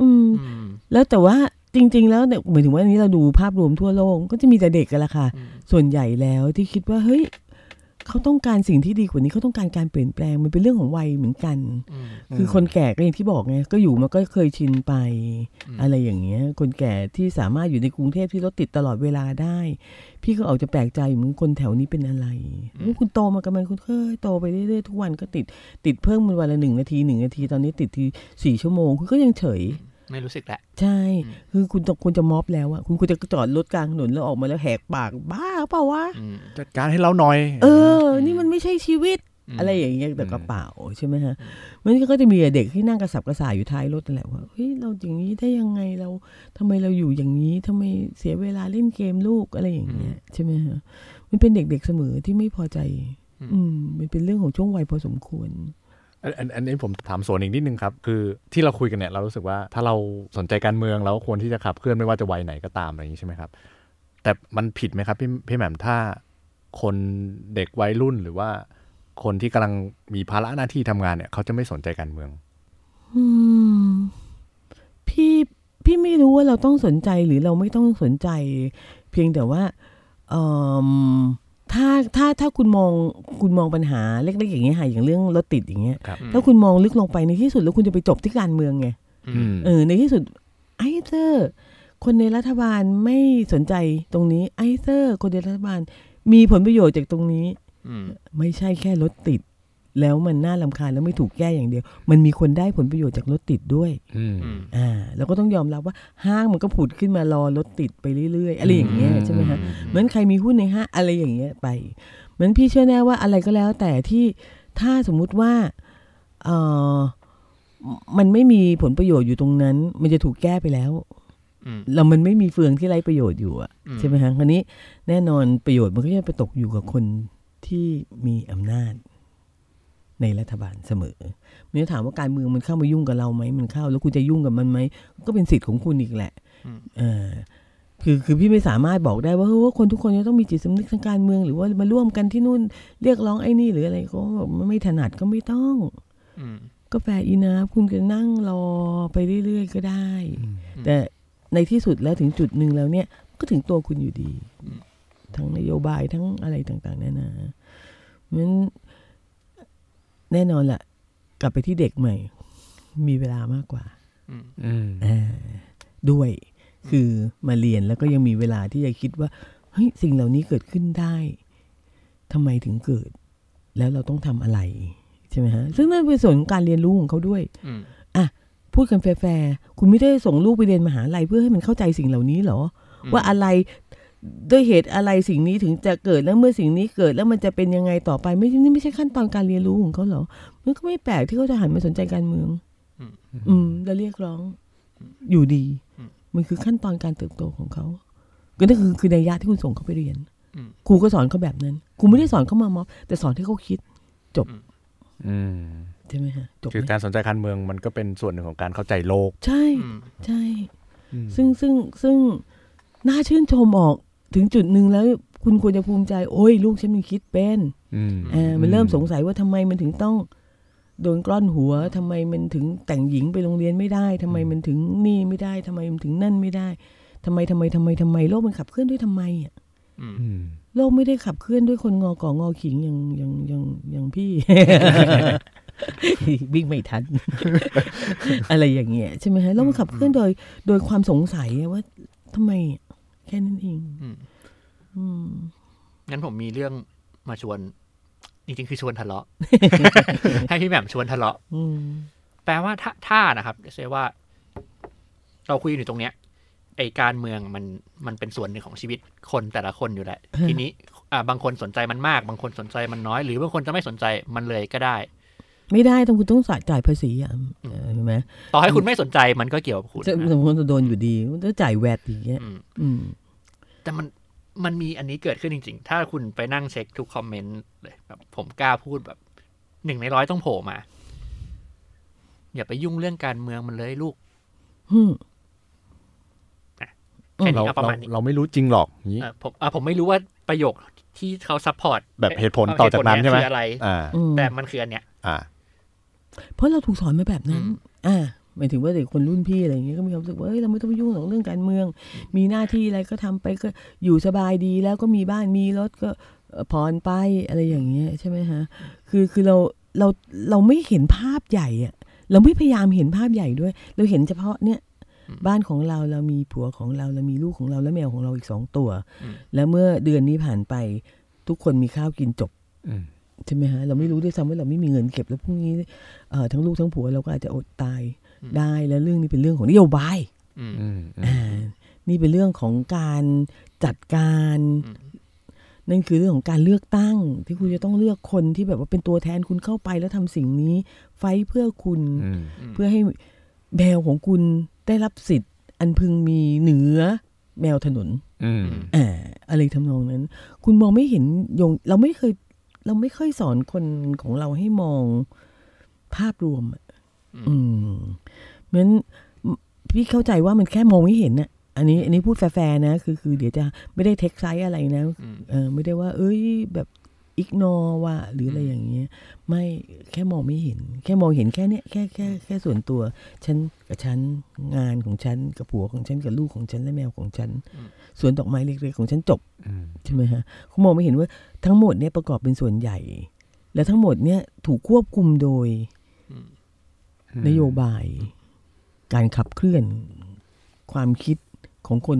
S3: อืม
S5: อืม
S3: แล้วแต่ว่าจริง ๆ แล้วเนี่ยหมายถึงว่าอันนี้เราดูภาพรวมทั่วโลกก็จะมีแต่เด็กกันละค่ะ
S5: อืม
S3: ส่วนใหญ่แล้วที่คิดว่าเฮ้ยเขาต้องการสิ่งที่ดีกว่านี้เขาต้องการการเปลี่ยนแปลงมันเป็นเรื่องของวัยเหมือนกัน
S5: อืม
S3: คือคนแก่ก็อย่างที่บอกไงก็อยู่มันก็เคยชินไป
S5: อืม
S3: อะไรอย่างเงี้ย คนแก่ที่สามารถอยู่ในกรุงเทพที่รถติดตลอดเวลาได้ พี่ก็ออกจะแปลกใจเหมือนคนแถวนี้เป็นอะไรโอ้คุณโตมากันมันคุณเคยโตไปเรื่อยๆทุกวันก็ติดติดเพิ่มมันวันละหนึ่งนาทีหนึ่งนาทีตอนนี้ติดทีสี่ชั่วโมงคุณก็ยังเฉย
S5: ไม่รู้สึกแหละ
S3: ใช่
S5: อืม
S3: คือคุณต้องควรจะม็อบแล้วอะคุณควรจะจอดรถกลางถนนแล้วออกมาแล้วแหกปากบ้าเปล่าวะ
S5: อืม
S4: จัดการให้เราหน่อย
S3: เออ นี่มันไม่ใช่ชีวิต อะไรอย่างเงี้ยแต่กระเป๋าใช่ไหมฮะ มันก็จะมีเด็กที่นั่งกระสับกระส่ายอยู่ท้ายรถนั่นแหละว่าเฮ้ยเราอย่างนี้ได้ยังไงเราทำไมเราอยู่อย่างนี้ทำไมเสียเวลาเล่นเกมลูกอะไรอย่างเงี้ยใช่ไหมฮะมันเป็นเด็กๆเสมอที่ไม่พอใจ
S5: อืม
S3: อืมมันเป็นเรื่องของช่วงวัยพอสมควร
S4: อันอันอันนี้ผมถามสวนอีกนิดนึงครับ คือที่เราคุยกันเนี่ยเรารู้สึกว่าถ้าเราสนใจการเมืองเราควรที่จะขับเคลื่อนไม่ว่าจะวัยไหนก็ตามอะไรอย่างนี้ใช่ไหมครับ แต่มันผิดไหมครับพี่พี่แหม่มถ้าคนเด็กวัยรุ่นหรือว่าคนที่กำลังมีภาระหน้าที่ทำงานเนี่ยเขาจะไม่สนใจการเมือง
S3: อืมพี่พี่ไม่รู้ว่าเราต้องสนใจหรือเราไม่ต้องสนใจ เพียงแต่ว่าเอิ่มถ้าถ้าถ้าคุณมองคุณมองปัญหาเล็กๆอย่างเงี้ยค่ะอย่างเรื่องรถติดอย่างเงี้ย
S4: ครับ
S5: อืม
S3: ถ้าคุณมองลึกลงไปในที่สุดแล้วคุณจะไปจบที่การเมืองไง
S4: อืม
S3: เออในที่สุดไอเซอร์คนในรัฐบาลไม่สนใจตรงนี้ไอเซอร์คนในรัฐบาล มีผลประโยชน์จากตรงนี้
S5: อืม
S3: ไม่ใช่แค่รถติด แล้วมันน่าลำคาญแล้วไม่ถูกแก้อย่างเดียว มันมีคนได้ผลประโยชน์จากรถติดด้วย
S4: อืม
S5: อืม
S3: อ่าเราก็ต้องยอมรับว่าห้างมันก็ผุดขึ้นมารอรถติดไปเรื่อย ๆ อะไรอย่างเงี้ยใช่ไหมฮะเหมือนใครมีหุ้นในห้างอะไรอย่างเงี้ยไป เหมือนพี่เชื่อแน่ว่าอะไรก็แล้ว แต่ที่ถ้าสมมุติว่าเออมันไม่มีผลประโยชน์อยู่ตรงนั้น มันจะถูกแก้ไปแล้ว
S5: อืม
S3: เรามันไม่มีเฟืองที่ไร้ประโยชน์อยู่อะ
S5: อืม
S3: ใช่ไหมฮะคราวนี้แน่นอนประโยชน์มันก็จะไปตกอยู่กับคนที่มีอำนาจในรัฐบาลเสมอเมื่อถามว่าการเมืองมันเข้ามายุ่งกับเราไหมมันเข้า แล้วคุณจะยุ่งกับมันไหมก็เป็นสิทธิ์ของคุณอีกแหละ
S5: อืม
S3: เออคือคือพี่ไม่สามารถบอกได้ว่าเฮ้ยว่าคนทุกคนจะต้องมีจิตสำนึกทางการเมืองหรือว่ามาร่วมกันที่นู่นเรียกร้องไอ้นี่หรืออะไรก็ไม่ถนัดก็ไม่ต้อง
S5: อืม
S3: ก็แฟร์อีนะคุณก็นั่งรอไปเรื่อยๆก็ได้
S4: อืม
S3: แต่ในที่สุดแล้วถึงจุดหนึ่งแล้วเนี่ยก็ถึงตัวคุณอยู่ดี
S5: อืม
S3: ทั้งนโยบายทั้งอะไรต่างๆนานาเพราะฉะนั้นแน่นอนล่ะ กลับไปที่เด็กใหม่ มีเวลามากกว่า
S5: อืม
S4: อืม
S3: อ่าด้วย คือมาเรียนแล้วก็ยังมีเวลาที่จะคิดว่าเฮ้ยสิ่งเหล่านี้เกิดขึ้นได้ทำไมถึงเกิด แล้วเราต้องทำอะไรใช่ไหมฮะซึ่งนั่นเป็นส่วนของการเรียนรู้ของเขาด้วย
S5: อืม
S3: พูดกันแฟร์ๆคุณไม่ได้ส่งลูกไปเรียนมหาลัยเพื่อให้มันเข้าใจสิ่งเหล่านี้เหรอ
S5: อืม
S3: ว่าอะไรด้วยเหตุอะไรสิ่งนี้ถึงจะเกิดแล้วเมื่อสิ่งนี้เกิดแล้วมันจะเป็นยังไงต่อไปไม่นี่ไม่ใช่ขั้นตอนการเรียนรู้ของเขาเหรอมันก็ไม่แปลกที่เขาจะหันมาสนใจการเมือง อืมแล้วเรียกร้องอยู่ดี
S5: อืม
S3: มันคือขั้นตอนการเติบโตของเขาก็นั่นคือคือในยยะที่คุณส่งเขาไปเรียน
S5: อืม
S3: ครูก็สอนเขาแบบนั้นครูไม่ได้สอนเขามาม็อบแต่สอนให้เขาคิด
S4: อืม
S3: ใช่ไหมฮะจบไห
S4: คือ
S3: ม
S4: การสนใจการเมืองมันก็เป็นส่วนหนึ่งของการเข้าใจโลก
S3: ใช่
S5: อืม
S3: ใช่
S4: อืม
S3: ซึ่งซึ่งซึ่งน่าชื่นชมออกถึงจุดหนึ่งแล้วคุณควรจะภูมิใจ โอ้ย ลูกฉันมันคิดเป็น
S4: อืม
S3: เอ่ามันเริ่มสงสัยว่าทำไมมันถึงต้อง โดนกล้อนหัวทำไมมันถึงแต่งหญิงไปโรงเรียนไม่ได้ทำไม
S4: อืม
S3: มันถึงนี่ไม่ได้ทำไมมันถึงนั่นไม่ได้ทำไมทำไมทำไมทำไมโลกมันขับเคลื่อนด้วยทำไมอ่ะ
S5: อืม
S4: อืม
S3: โลกไม่ได้ขับเคลื่อนด้วยคนงอกองอขิงอย่างอย่างอย่างอย่างพี่ วิ่งไม่ทัน อะไรอย่างเงี้ยใช่ไหมฮะโลกมันขับเคลื่อนโดย โดยความสงสัยอะว่าทำไมอะแค่นั้นเอง
S5: อืม
S3: อืม
S5: งั้นผมมีเรื่องมาชวน จริงๆ คือชวน ทะเลาะ ให้พี่แหม่มชวนทะเลาะ
S3: อืม
S5: แปลว่าถ้าถ้านะครับเรียกว่า เราคุยกันอยู่ตรงเนี้ย ไอการเมืองมันมันเป็นส่วนหนึ่งของชีวิตคนแต่ละคนอยู่แหละ ทีนี้อ่าบางคนสนใจมันมาก บางคนสนใจมันน้อย หรือบางคนจะไม่สนใจมันเลยก็ได้
S3: ไม่ได้ต้องคุณต้องจ่ายภาษีอ่ะเออใช่ไหม
S5: ต่อให้คุณไม่สนใจมันก็เกี่ยวกับคุณ
S3: จะส
S5: นะ
S3: มควรจะโดนอยู่ดีคุณต้องจ่ายแวดอย่างเงี้ย
S5: อืม
S3: อืม
S5: แต่มันมันมีอันนี้เกิดขึ้นจริงๆ ถ้าคุณไปนั่งเช็คทุกคอมเมนต์เลยแบบผมกล้าพูดแบบหนึ่งในร้อยต้องโผล่มา อย่าไปยุ่งเรื่องการเมืองมันเลยลูก
S3: อืม
S5: แค่
S4: เรา
S5: นี้เอาประ
S4: เรา
S5: มาณนี้
S4: เราไม่รู้จริงหรอกอย่างนี้
S5: เออผมอ่ะผมไม่รู้ว่าประโยคที่เขาซัพพอร์ต
S4: แบบเหตุผลต่อจากนั้นใช่ไหม
S5: คืออะไร
S4: อ่า
S3: อืม
S5: แต่มันคืออันเนี้ย
S4: อ่า
S3: เพราะเราถูกสอนมาแบบนั้น
S5: อืม
S3: อ่าหมายถึงว่าเด็กคนรุ่นพี่อะไรอย่างเงี้ยก็มีความรู้สึกว่าเอ้ยเราไม่ต้องไปยุ่งหรอกเรื่องการเมือง มีหน้าที่อะไรก็ทำไปก็อยู่สบายดีแล้วก็มีบ้านมีรถก็เอ่อผ่อนไปอะไรอย่างเงี้ยใช่ไหมฮะคือคือเราเราเราไม่เห็นภาพใหญ่อะเราไม่พยายามเห็นภาพใหญ่ด้วย เราเห็นเฉพาะเนี่ยบ้านของเราเรามีผัวของเราเรามีลูกของเราและแมวของเราอีกสองตัว
S5: อืม
S3: แล้วเมื่อเดือนนี้ผ่านไป ทุกคนมีข้าวกินจบ
S4: อืม
S3: ใช่ไหมฮะเราไม่รู้ด้วยซ้ำว่าเราไม่มีเงินเก็บแล้วพรุ่งนี้เอ่อทั้งลูกทั้งผัวเราก็อาจจะอดตาย
S5: อืม
S3: ได้แล้วเรื่องนี้เป็นเรื่องของนโยบาย
S5: อืม
S4: อืมอืม
S3: อ่านี่เป็นเรื่องของการจัดการ
S5: อืม
S3: นั่นคือเรื่องของการเลือกตั้ง ที่คุณจะต้องเลือกคนที่แบบว่าเป็นตัวแทนคุณเข้าไปแล้วทำสิ่งนี้ ไฟท์เพื่อคุณ
S4: อืม
S5: ม
S3: เพื่อให้แมวของคุณได้รับสิทธิ์ อันพึงมีเหนือแมวถนน
S4: อืม
S3: อ่าอะไรทำนองนั้น คุณมองไม่เห็นยงเราไม่เคย เราไม่เคยสอนคนของเราให้มองภาพรวมอะอืมเหมือนพี่เข้าใจว่ามันแค่มองไม่เห็นน่ะ อันนี้ อันนี้พูดแฟร์ๆนะ คือคือเดี๋ยวจะไม่ได้เทคไซส์อะไรนะ
S5: อืม
S3: เออไม่ได้ว่า เอ้ยแบบอิกนอว่า หรืออะไรอย่างเงี้ย ไม่แค่มองไม่เห็น แค่มองเห็นแค่เนี้ยแค่แค่แค่ส่วนตัว ฉันกับฉันงานของฉันกับผัวของฉันกับลูกของฉันและแมวของฉัน
S5: อืม
S3: สวนดอกไม้เล็กๆของฉันจบ
S4: อืม
S3: ใช่ไหมฮะเขามองไม่เห็นว่าทั้งหมดเนี่ยประกอบเป็นส่วนใหญ่ และทั้งหมดเนี่ยถูกควบคุมโดยนโยบาย การขับเคลื่อนความคิดของคน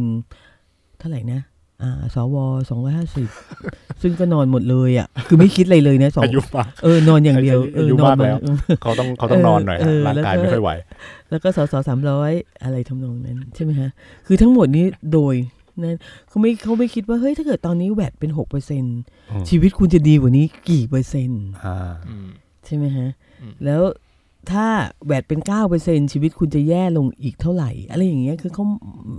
S3: เท่าไหร่นะ อ่าสวสองร้อยห้า สิบซึ่งก็นอนหมดเลยอ่ะ คือไม่คิดอะไรเลยนะสอง
S4: อายุมาก
S3: เออนอนอย่างเดียวเออ
S4: อายุ
S3: นอน
S4: มากแล้ว
S3: เออ
S4: เขาต้องเขาต้องนอนหน่อยฮะ
S3: เออ
S4: ร่างกาย
S3: แล้วก็
S4: ไม่ค่อยไหว
S3: แล้วก็สสสามร้อยอะไรทำนองนั้นใช่ไหมฮะ คือทั้งหมดนี้โดยนั้นเขาไม่เขาไม่คิดว่าเฮ้ยถ้าเกิดตอนนี้แวดเป็นหกเปอร์เซ็น
S4: อืม
S3: ชีวิตคุณจะดีกว่านี้กี่เปอร์เซ็นต์
S4: อ่า
S5: อืม
S3: ใช่ไหมฮะ
S5: อืม
S3: แล้วถ้าแวดเป็นเก้าเปอร์เซ็นชีวิตคุณจะแย่ลงอีกเท่าไหร่ อะไรอย่างเงี้ยคือเขา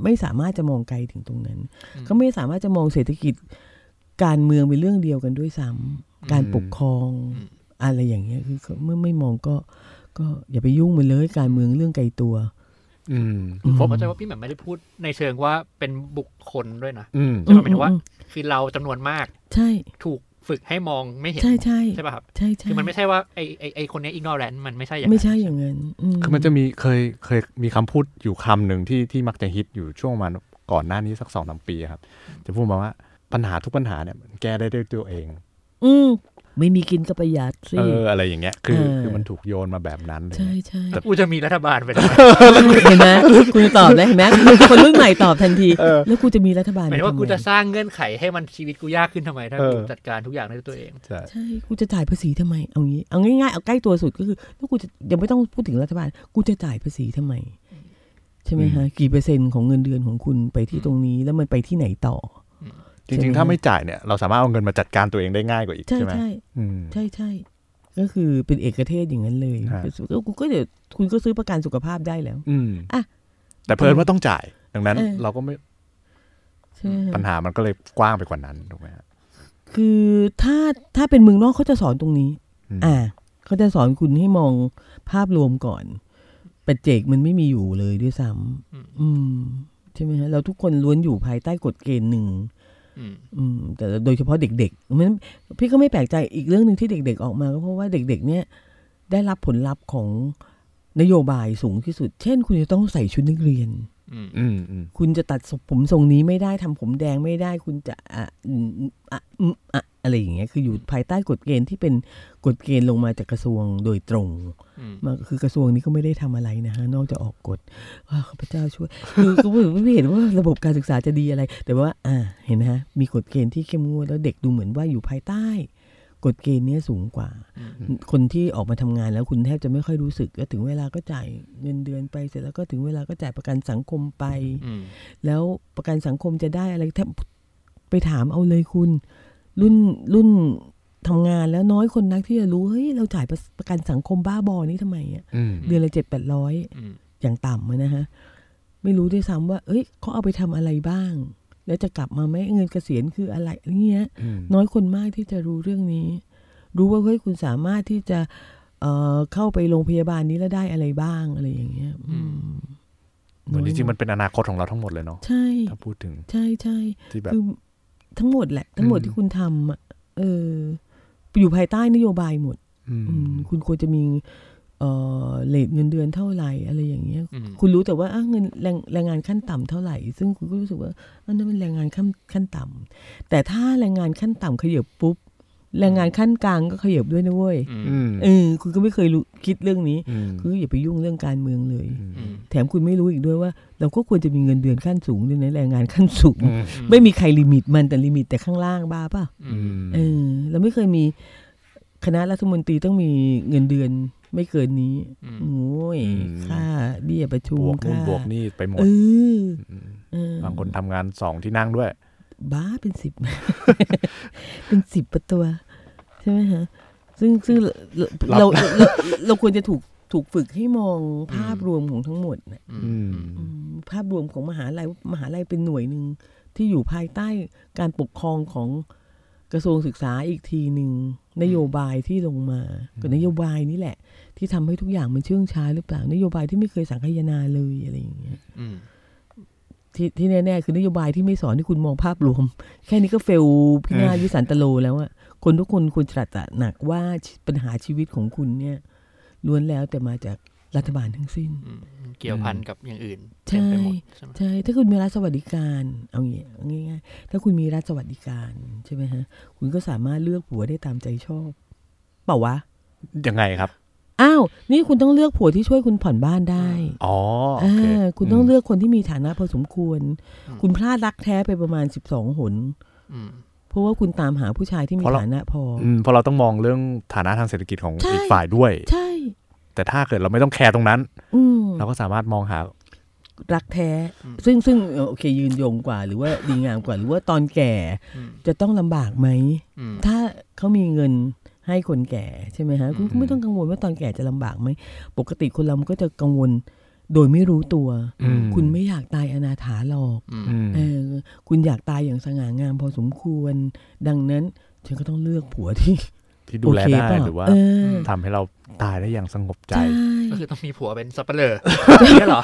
S3: ไม่สามารถจะมองไกลถึงตรงนั้น เขาไม่สามารถจะมองเศรษฐกิจการเมืองเป็นเรื่องเดียวกันด้วยซ้ำการปกครอง
S5: อืม
S3: อะไรอย่างเงี้ยคือเขาไม่ไม่มองก็ก็อย่าไปยุ่งมันเลยการเมืองเรื่องไกลตัว
S4: อืม
S5: ผมเข้าใจว่าพี่แหม่มไม่ได้พูดในเชิงว่าเป็นบุคคลด้วยนะ
S4: อืม
S5: แต่หมายถึงว่า
S3: อืม
S5: คือเราจำนวนมาก
S3: ใช่
S5: ถูกฝึกให้มองไม่เห็น
S3: ใช่ใช่
S5: ใช่ป่ะครับ
S3: ใช่ใช่
S5: คือมันไม่ใช่ว่าไอไอไอคนเนี้อิกนอแรนมันไม่ใช่อย่าง
S3: ไม่
S5: นั้น
S3: ใช่อย่างนั้น
S4: คือมันจะมีเคยเคยมีคำพูดอยู่คำหนึ่งที่ที่มักจะฮิตอยู่ช่วงประมาณก่อนหน้านี้สักสองสามปีครับ จะพูดมาว่าปัญหาทุกปัญหาเนี่ยมันแก้ได้ด้วยตัวเอง
S3: อืมไม่มีกินก็ประหยัดสิ
S4: เอออะไรอย่างเงี้ยคือ
S3: เออ
S4: คือมันถูกโยนมาแบบนั้นเลย
S3: ใช่ใช่
S5: กูจะมีรัฐบาลไปทำไม
S3: เห็นไหมคุณตอบแล้วเห็นไหมคนรุ่นใหม่ตอบทันที
S4: เออ
S3: แล้วกูจะมีรัฐบาล
S5: หมายถึงว่า
S3: ทำไ
S5: กูจะสร้างเงื่อนไขให้มันชีวิตกูยากขึ้นทำไมถ้า
S4: เออ
S5: กูจัดการทุกอย่างด้วยตัวเอง
S4: ใช่
S3: ใช่กูจะจ่ายภาษีทำไมเอางี้เอาง่ายๆเอาใกล้ตัวสุดก็คือแล้วกูจะยังไม่ต้องพูดถึงรัฐบาล กูจะจ่ายภาษีทำไม ใช่ไหมฮะกี่เปอร์เซ็นต์ของเงินเดือนของคุณไปที่ตรงนี้แล้วมันไปที่ไหนต่อ
S4: จริง ๆ ถ้าไม่จ่ายเนี่ยเราสามารถเอาเงินมาจัดการตัวเองได้ง่ายกว่าอีก
S3: ใช่
S4: ใช่ไหม
S3: ใช่
S4: อืม
S3: ใช่ใช่ก็คือเป็นเอกเทศอย่างนั้นเลย
S4: ฮะ
S3: ก็กูก็เดี๋ยวคุณก็ซื้อประกันสุขภาพได้แล้ว
S4: อืม
S3: อ่ะ
S4: แต่เพิ่นว่าต้องจ่าย ดังนั้น
S3: เออ
S4: เราก็ไม่
S3: ใช่ไหมฮะ
S4: ปัญหามันก็เลยกว้างไปกว่านั้นถูกไหมฮะ
S3: คือถ้าถ้าเป็นเมืองนอกเขาจะสอนตรงนี้
S4: อืม
S3: อ่าเขาจะสอนคุณให้มองภาพรวมก่อนปัจเจกมันไม่มีอยู่เลยด้วยซ้
S5: อืม
S3: ำอืม ใช่ไหมฮะ เราทุกคนล้วนอยู่ภายใต้กฎเกณฑ์หนึ่ง
S5: อืม
S3: อืม แต่โดยเฉพาะเด็กๆมันพี่ก็ไม่แปลกใจอีกเรื่องหนึ่งที่เด็ก ๆ ออกมาก็เพราะว่าเด็ก ๆ เนี่ย ได้รับผลลัพธ์ของนโยบายสูงที่สุด เช่น คุณจะต้องใส่ชุดนักเรียน
S5: อืม
S4: อืมอืม
S3: คุณจะตัดผมทรงนี้ไม่ได้ทำผมแดงไม่ได้ คุณจะอะอืมอะอืมอะอะไรอย่างเงี้ยคืออยู่ภายใต้กฎเกณฑ์ที่เป็นกฎเกณฑ์ลงมาจากกระทรวงโดยตรง
S5: อืม
S3: มันคือกระทรวงนี้ก็ไม่ได้ทำอะไรนะฮะนอกจากออกกฎว้าวข้าพเจ้าช่วย คือก็ไม่เห็นว่าระบบการศึกษาจะดีอะไร แต่ว่า อ่า เห็นนะฮะมีกฎเกณฑ์ที่เข้มงวดแล้วเด็กดูเหมือนว่าอยู่ภายใต้ กฎเกณฑ์เนี้ยสูงกว่า คนที่ออกมาทำงานแล้วคุณแทบจะไม่ค่อยรู้สึกก็ถึงเวลาก็จ่ายเงินเดือนไปเสร็จแล้วก็ถึงเวลาก็จ่ายประกันสังคมไป
S5: อืม
S3: แล้วประกันสังคมจะได้อะไรถ้าไปถามเอาเลยคุณ รุ่นรุ่นทำงานแล้วน้อยคนนักที่จะรู้เฮ้ยเราจ่ายประประกันสังคมบ้าบอนี้ทำไมอะ
S4: อืม
S3: เดือนละเจ็ดแปดร้อย
S5: อืม
S3: อย่างต่ำอะนะฮะ ไม่รู้ด้วยซ้ำว่า เอ้ยเขาเอาไปทำอะไรบ้าง แล้วจะกลับมาไหมเงินเกษียณคืออะไรอะไรเงี้ย
S4: อืม
S3: น้อยคนมากที่จะรู้เรื่องนี้ รู้ว่าเฮ้ยคุณสามารถที่จะ เอ่อเข้าไปโรงพยาบาลนี้แล้วได้อะไรบ้างอะไรอย่างเงี้ย อืม
S4: เหมือนจริงๆมันเป็นอนาคตของเราทั้งหมดเลยเนาะ
S3: ใช่
S4: ถ้าพูดถึง
S3: ใช่ใช่
S4: ที่แบบ
S3: คือทั้งหมดแหละ ทั้งหมด
S4: อืม
S3: ที่คุณทำอ่ะเออ อยู่ภายใต้นโยบายหมด
S4: อืม
S3: อืม คุณควรจะมีเออเลทเงินเดือนเท่าไหร่อะไรอย่างเงี้ย
S5: อืม
S3: คุณรู้แต่ว่าอ่ะเงินแรงแรงงานขั้นต่ำเท่าไหร่ ซึ่งคุณก็รู้สึกว่าอันนั้นมันแรงงานขั้นขั้นต่ำแต่ถ้าแรงงานขั้นต่ำขยับปุ๊บแรงงานขั้นกลางก็ขยับด้วยนะเว้ย
S5: อืม
S4: อืม
S3: เออคุณก็ไม่เคยรู้คิดเรื่องนี้
S4: อืม
S3: คืออย่าไปยุ่งเรื่องการเมืองเลย
S5: อืม
S3: แถมคุณไม่รู้อีกด้วยว่า เราก็ควรจะมีเงินเดือนขั้นสูงด้วยนะแรงงานขั้นสูง
S4: อืม
S3: ไม่มีใครลิมิตมันแต่ลิมิตแต่ข้างล่างบ้าป่ะ
S5: อื
S4: อื
S5: ม
S4: ม
S3: เออเราไม่เคยมีคณะรัฐมนตรีต้องมีเงินเดือนไม่เกินนี้
S5: อืม
S3: โอ้ย
S4: อืม
S3: ค่าเบี้ยประชุม
S4: บวกนู่น
S3: ค่า
S4: บวกนี่ไปหมด
S3: เออ
S4: อืม
S3: เออบ
S4: างคนทำงานสองที่นั่งด้วย
S3: บ้าเป็นสิบ เป็นสิบประตัว ใช่ไหมฮะ ซึ่งซึ่งเราเราเราเราควรจะถูกถูกฝึกให้มองภาพรวมของทั้งหมดนะ
S4: อืม
S3: อืมภาพรวมของมหาลัยว่ามหาลัยเป็นหน่วยหนึ่งที่อยู่ภายใต้การปกครองของกระทรวงศึกษาอีกทีหนึ่งนโยบายที่ลงมากับนโยบายนี่แหละ ที่ทำให้ทุกอย่างมันเชื่องช้าหรือเปล่า นโยบายที่ไม่เคยสังคายนาเลยอะไรอย่างเงี้ย
S5: อืม
S3: ที่ที่แน่ๆคือนโยบายที่ไม่สอนที่คุณมองภาพรวม แค่นี้ก็เฟลพินาศวิสันตโลแล้วอะคนทุกคนควรตระจะหนักว่าปัญหาชีวิตของคุณเนี่ยล้วนแล้วแต่มาจากรัฐบาลทั้งสิ้น
S5: อืมเกี่ยวพันกับอย่างอื่น
S3: ใช่
S5: เต็มไปหมดใช่ไหม
S3: ใช่ ถ้าคุณมีรัฐสวัสดิการเอาอย่างงี้ง่ายๆถ้าคุณมีรัฐสวัสดิการใช่ไหมฮะ คุณก็สามารถเลือกผัวได้ตามใจชอบเปล่าวะ
S4: ยังไงครับ
S3: อ้าว นี่คุณต้องเลือกผัวที่ช่วยคุณผ่อนบ้านได้
S4: อ๋อโอเค
S3: อ่าคุณต้องเลือกคนที่มีฐานะพอสมควร คุณพลาดรักแท้ไปประมาณ 12 หน
S5: อืม
S3: เพราะว่าคุณตามหาผู้ชายที่มีฐานะพอ
S4: อืมเพราะเราต้องมองเรื่องฐานะทางเศรษฐกิจของ
S3: ใช่
S4: อีกฝ่ายด้วย
S3: ใช่
S4: แต่ถ้าเกิดเราไม่ต้องแคร์ตรงนั้น
S3: อืม
S4: เราก็สามารถมองหา
S3: รักแท้ ซึ่งซึ่งเอ่อโอเคยืนยงกว่า หรือว่าดีงามกว่า หรือว่าตอนแก่
S5: อืม
S3: จะต้องลำบากไหม
S5: อืม
S3: ถ้าเขามีเงินให้คนแก่ใช่ไหมฮะคุณก็ไม่ต้องกังวลว่าตอนแก่จะลำบากไหม ปกติคนเรามันก็จะกังวล โดยไม่รู้ตัว
S4: อืม
S3: คุณไม่อยากตายอนาถาหรอก
S5: อืม
S4: อืม
S3: เออคุณอยากตายอย่างสง่างามพอสมควร ดังนั้นฉันก็ต้องเลือกผัวที่
S4: ที่ดูแล
S3: โอเค
S4: ได้
S3: เปล่
S4: หรือว่า
S3: เออ
S4: ทำให้เราตายได้อย่างสงบใจ
S3: ใช่
S5: ก็คือต้องมีผัวเป็นสับเปลืออย่างเงี้ยเหรอ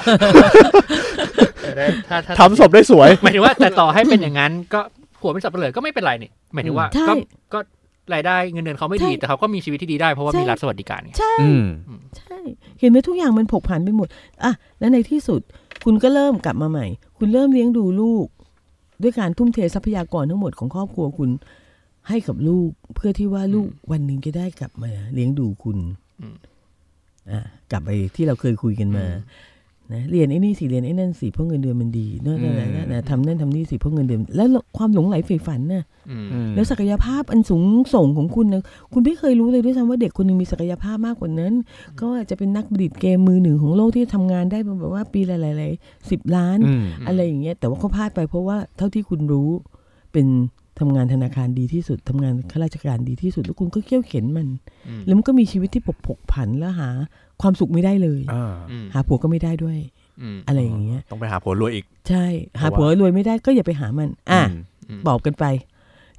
S5: แต่ถ้าถ้า
S4: ทำศพได้สวย
S5: หมายถึงว่าแต่ต่อให้เป็นอย่างนั้น ก็ผัวเป็นสับเปลือก็ไม่เป็นไรนี่หมายถึงว่า
S3: ใช่
S5: ก็ก็รายได้เงินเดือนเขาไม่ดี
S3: ใช่
S5: แต่เขาก็มีชีวิตที่ดีได้เพราะว่า
S3: ใช่
S5: มีรัฐสวัสดิการไง
S4: อืม
S3: ใช่ เห็นไหมทุกอย่างมันผกผันไปหมดอ่ะแล้วในที่สุด คุณก็เริ่มกลับมาใหม่ คุณเริ่มเลี้ยงดูลูก ด้วยการทุ่มเททรัพยากรทั้งหมดของครอบครัวคุณ ให้กับลูกเพื่อที่ว่าลูกวันหนึ่งจะได้กลับมาเลี้ยงดูคุณอ่ะกลับไปที่เราเคยคุยกันมานะเรียนไอ้นี่สิเรียนไอ้นั่นสิเพราะเงินเดือนมันดีนั่นนั่นนั่นนั่นนะทำนั่นทำนี่สิเพราะเงินเดือนแล้วความหลงไหลใฝ่ฝันน่ะ
S5: อืม
S3: แล้วศักยภาพอันสูงส่งของคุณนะคุณไม่เคยรู้เลยด้วยซ้ำว่าเด็กคนหนึ่งมีศักยภาพมากกว่านั้น ก็อาจจะเป็นนักประดิษฐ์เกมมือหนึ่งของโลกที่ทำงานได้แบบว่าปีหลายๆสิบล้าน
S4: อืม
S3: อะไรอย่างเงี้ย แต่ว่าเขาพลาดไปเพราะว่าเท่าที่คุณรู้เป็นทำงานธนาคารดีที่สุดทำงานข้าราชการดีที่สุดแล้วคุณก็เขี่ยวเข็นมัน
S5: อืม
S3: แล้วมันก็มีชีวิตที่ผกผกผันแล้วหา ความสุขไม่ได้เลย
S4: อ่า
S5: อืม
S3: หาผัวก็ไม่ได้ด้วย
S5: อืม
S3: อะไรอย่างเงี้ย
S4: ต้องไปหาผัวรวยอีก
S3: ใช่ หา
S4: เพ
S3: ผั
S4: ราะ
S3: ว
S4: ว่า
S3: รวยไม่ได้ก็อย่าไปหามัน อ่ะ
S4: ม
S3: ตอบกันไป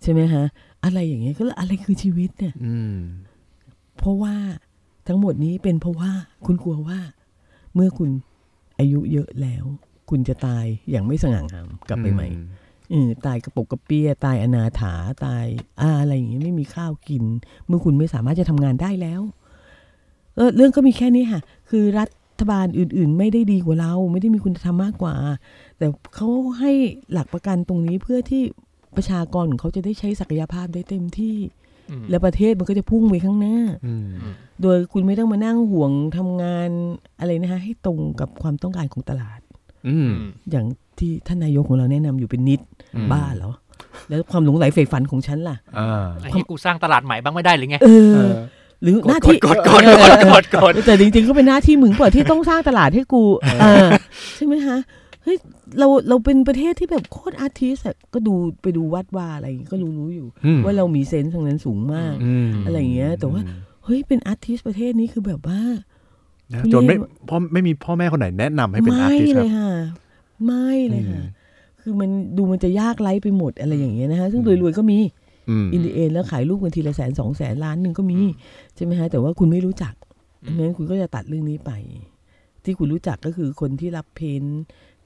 S3: ใช่ไหมฮะ อะไรอย่างเงี้ยก็เลยอะไรคือชีวิตเนี่ย
S4: อืม
S3: เพราะว่าทั้งหมดนี้เป็นเพราะว่าคุณกลัวว่า เมื่อคุณอายุเยอะแล้ว คุณจะตายอย่างไม่สง่างามกลับไปใหม่เออตายกระปกกระเปียตายอนาถาตายอาอะไรอย่างเงี้ยไม่มีข้าวกิน เมื่อคุณไม่สามารถจะทำงานได้แล้วเออเรื่องก็มีแค่นี้ค่ะ คือรัฐบาลอื่น ๆ ไม่ได้ดีกว่าเรา ไม่ได้มีคุณธรรมมากกว่า แต่เขาให้หลักประกันตรงนี้เพื่อที่ประชากรของเขาจะได้ใช้ศักยภาพได้เต็มที่
S5: อืม
S3: และประเทศมันก็จะพุ่งไปข้างหน้า
S4: อืม
S3: โดยคุณไม่ต้องมานั่งห่วงทำงานอะไรนะคะให้ตรงกับความต้องการของตลาด
S4: อืม
S3: อย่างที่ท่านนายกของเราแนะนำอยู่เป็นนิด
S4: อืม
S3: บ้าเหรอ แล้วความหลงไหลใฝ่ฝันของฉันล่ะ
S4: อ่า
S5: ไอ้ที่กูสร้างตลาดใหม่บ้างไม่ได้หรือไง
S3: เออ หรือหน้าที่
S5: กดกดกดกดกด
S3: แต่จริงๆก็เป็นหน้าที่มึงเปล่าที่ต้องสร้างตลาดให้กูเออใช่ไหมฮะเฮ้ยเราเราเป็นประเทศที่แบบโคตรอาร์ติสอะก็ดูไปดูวัดวาอะไรอย่างงี้ก็รู้รู้อยู่
S4: อืม
S3: ว่าเรามีเซนส์ทางนั้นสูงมาก
S4: ม
S3: อะไรอย่างเงี้ยแต่ว่า เฮ้ยเป็นอาร์ติสประเทศนี้คือแบบว่า
S4: นะ
S3: ทุเรศ
S4: จนไม่พ่อไม่มีพ่อแม่คนไหนแนะนำให้เป็นอาร์ติสต์ค
S3: ไม่เล
S4: รับ
S3: ยค่ะไม่เลยค่ะ
S4: อืม
S3: คือมันดูมันจะยากไร้ไปหมดอะไรอย่างเงี้ยนะคะ ซึ่ง
S4: อืม
S3: รวยๆก็มี
S4: อืม
S3: อินดีเอนแล้วขายลูกกันทีละแสนสองแสนล้านหนึ่งก็มี ใช่ไหมฮะแต่ว่าคุณไม่รู้จัก
S5: อืม
S3: ดังนั้นคุณก็จะตัดเรื่องนี้ไป ที่คุณรู้จักก็คือคนที่รับเพ้นท์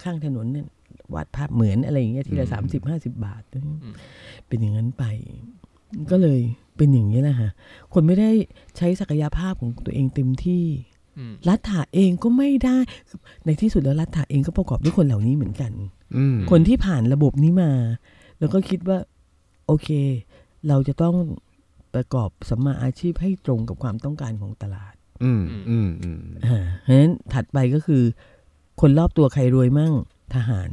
S3: ข้างถนนเนี่ยวาดภาพเหมือนอะไรอย่างเงี้ยทีละ
S4: อืม
S3: สามสิบห้าสิบบาท เป็นอย่างนั้นไป ก็เลยเป็นอย่างนี้ยแหละค่ะคนไม่ได้ใช้ศักยภาพของตัวเองเต็มที่
S5: อืม
S3: รัฐาเองก็ไม่ได้ ในที่สุดแล้วรัฐาเองก็ประกอบด้วยคนเหล่านี้เหมือนกัน
S4: อืม
S3: คนที่ผ่านระบบนี้มา แล้วก็คิดว่า โอเค เราจะต้องประกอบสัมมาอาชีพให้ตรงกับความต้องการของตลาด
S4: อืมอืมอืม
S3: อ่าเพราะฉะนั้นถัดไปก็คือ คนรอบตัวใครรวยมั่งทหาร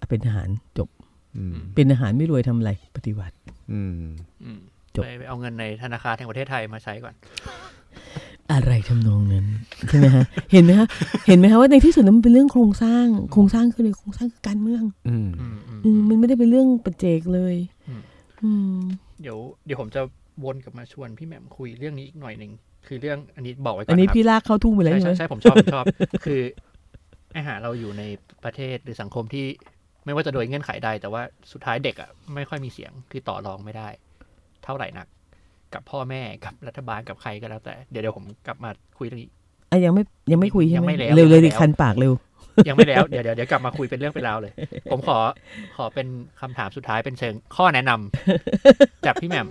S3: อ่ะเป็นทหารจบ
S4: อืม
S3: เป็นทหารไม่รวยทำอะไรปฏิวัติ
S4: อืม
S5: อืม
S3: จบ
S5: ไปไปเอาเงินในธนาคารแห่งประเทศไทยมาใช้ก่อน
S3: อะไรทำนองนั้น ใช่ไหมฮะเห็นไหมฮะเห็นไหมฮะว่าในที่สุดแล้วมันเป็นเรื่องโครงสร้าง โครงสร้างคืออะไรโครงสร้างคือการเมือง
S4: อืม
S5: อืมอืม
S3: อืมมันไม่ได้เป็นเรื่องประเจกเลย
S5: อืม
S3: อืม
S5: เดี๋ยวเดี๋ยวผมจะวนกลับมาชวนพี่แหม่มคุยเรื่องนี้อีกหน่อยหนึ่งคือเรื่องอันนี้บอกไว้ก่อน
S3: อันนี้
S5: ครับ
S3: พี่ลากเข้าทุ่งไปแล้ว
S5: ใช่
S3: ใช่ไหม
S5: ใช่ใช่ผมชอบผมชอบ คืออาหารเราอยู่ในประเทศหรือสังคมที่ไม่ว่าจะโดยเงื่อนไขใดแต่ว่าสุดท้ายเด็กอ่ะไม่ค่อยมีเสียงคือต่อรองไม่ได้ เท่าไหร่นัก กับพ่อแม่กับรัฐบาลกับใครก็แล้วแต่ เดี๋ยวเดี๋ยวผมกลับมาคุยเรื่องนี้
S3: อั อะยังไม่ยังไม่คุยใช่
S5: ยัง
S3: ไหม
S5: ไม่แล้ว
S3: เร็วเลยดิ
S5: ยังไม่แล้ว
S3: คันปากเร็ว
S5: ยังไม่แล้ว เดี๋ยวเดี๋ยวเดี๋ยวกลับมาคุยเป็นเรื่องเป็นราวเลย ผมขอขอเป็นคำถามสุดท้ายเป็นเชิงข้อแนะนำจากพี่แหม่ม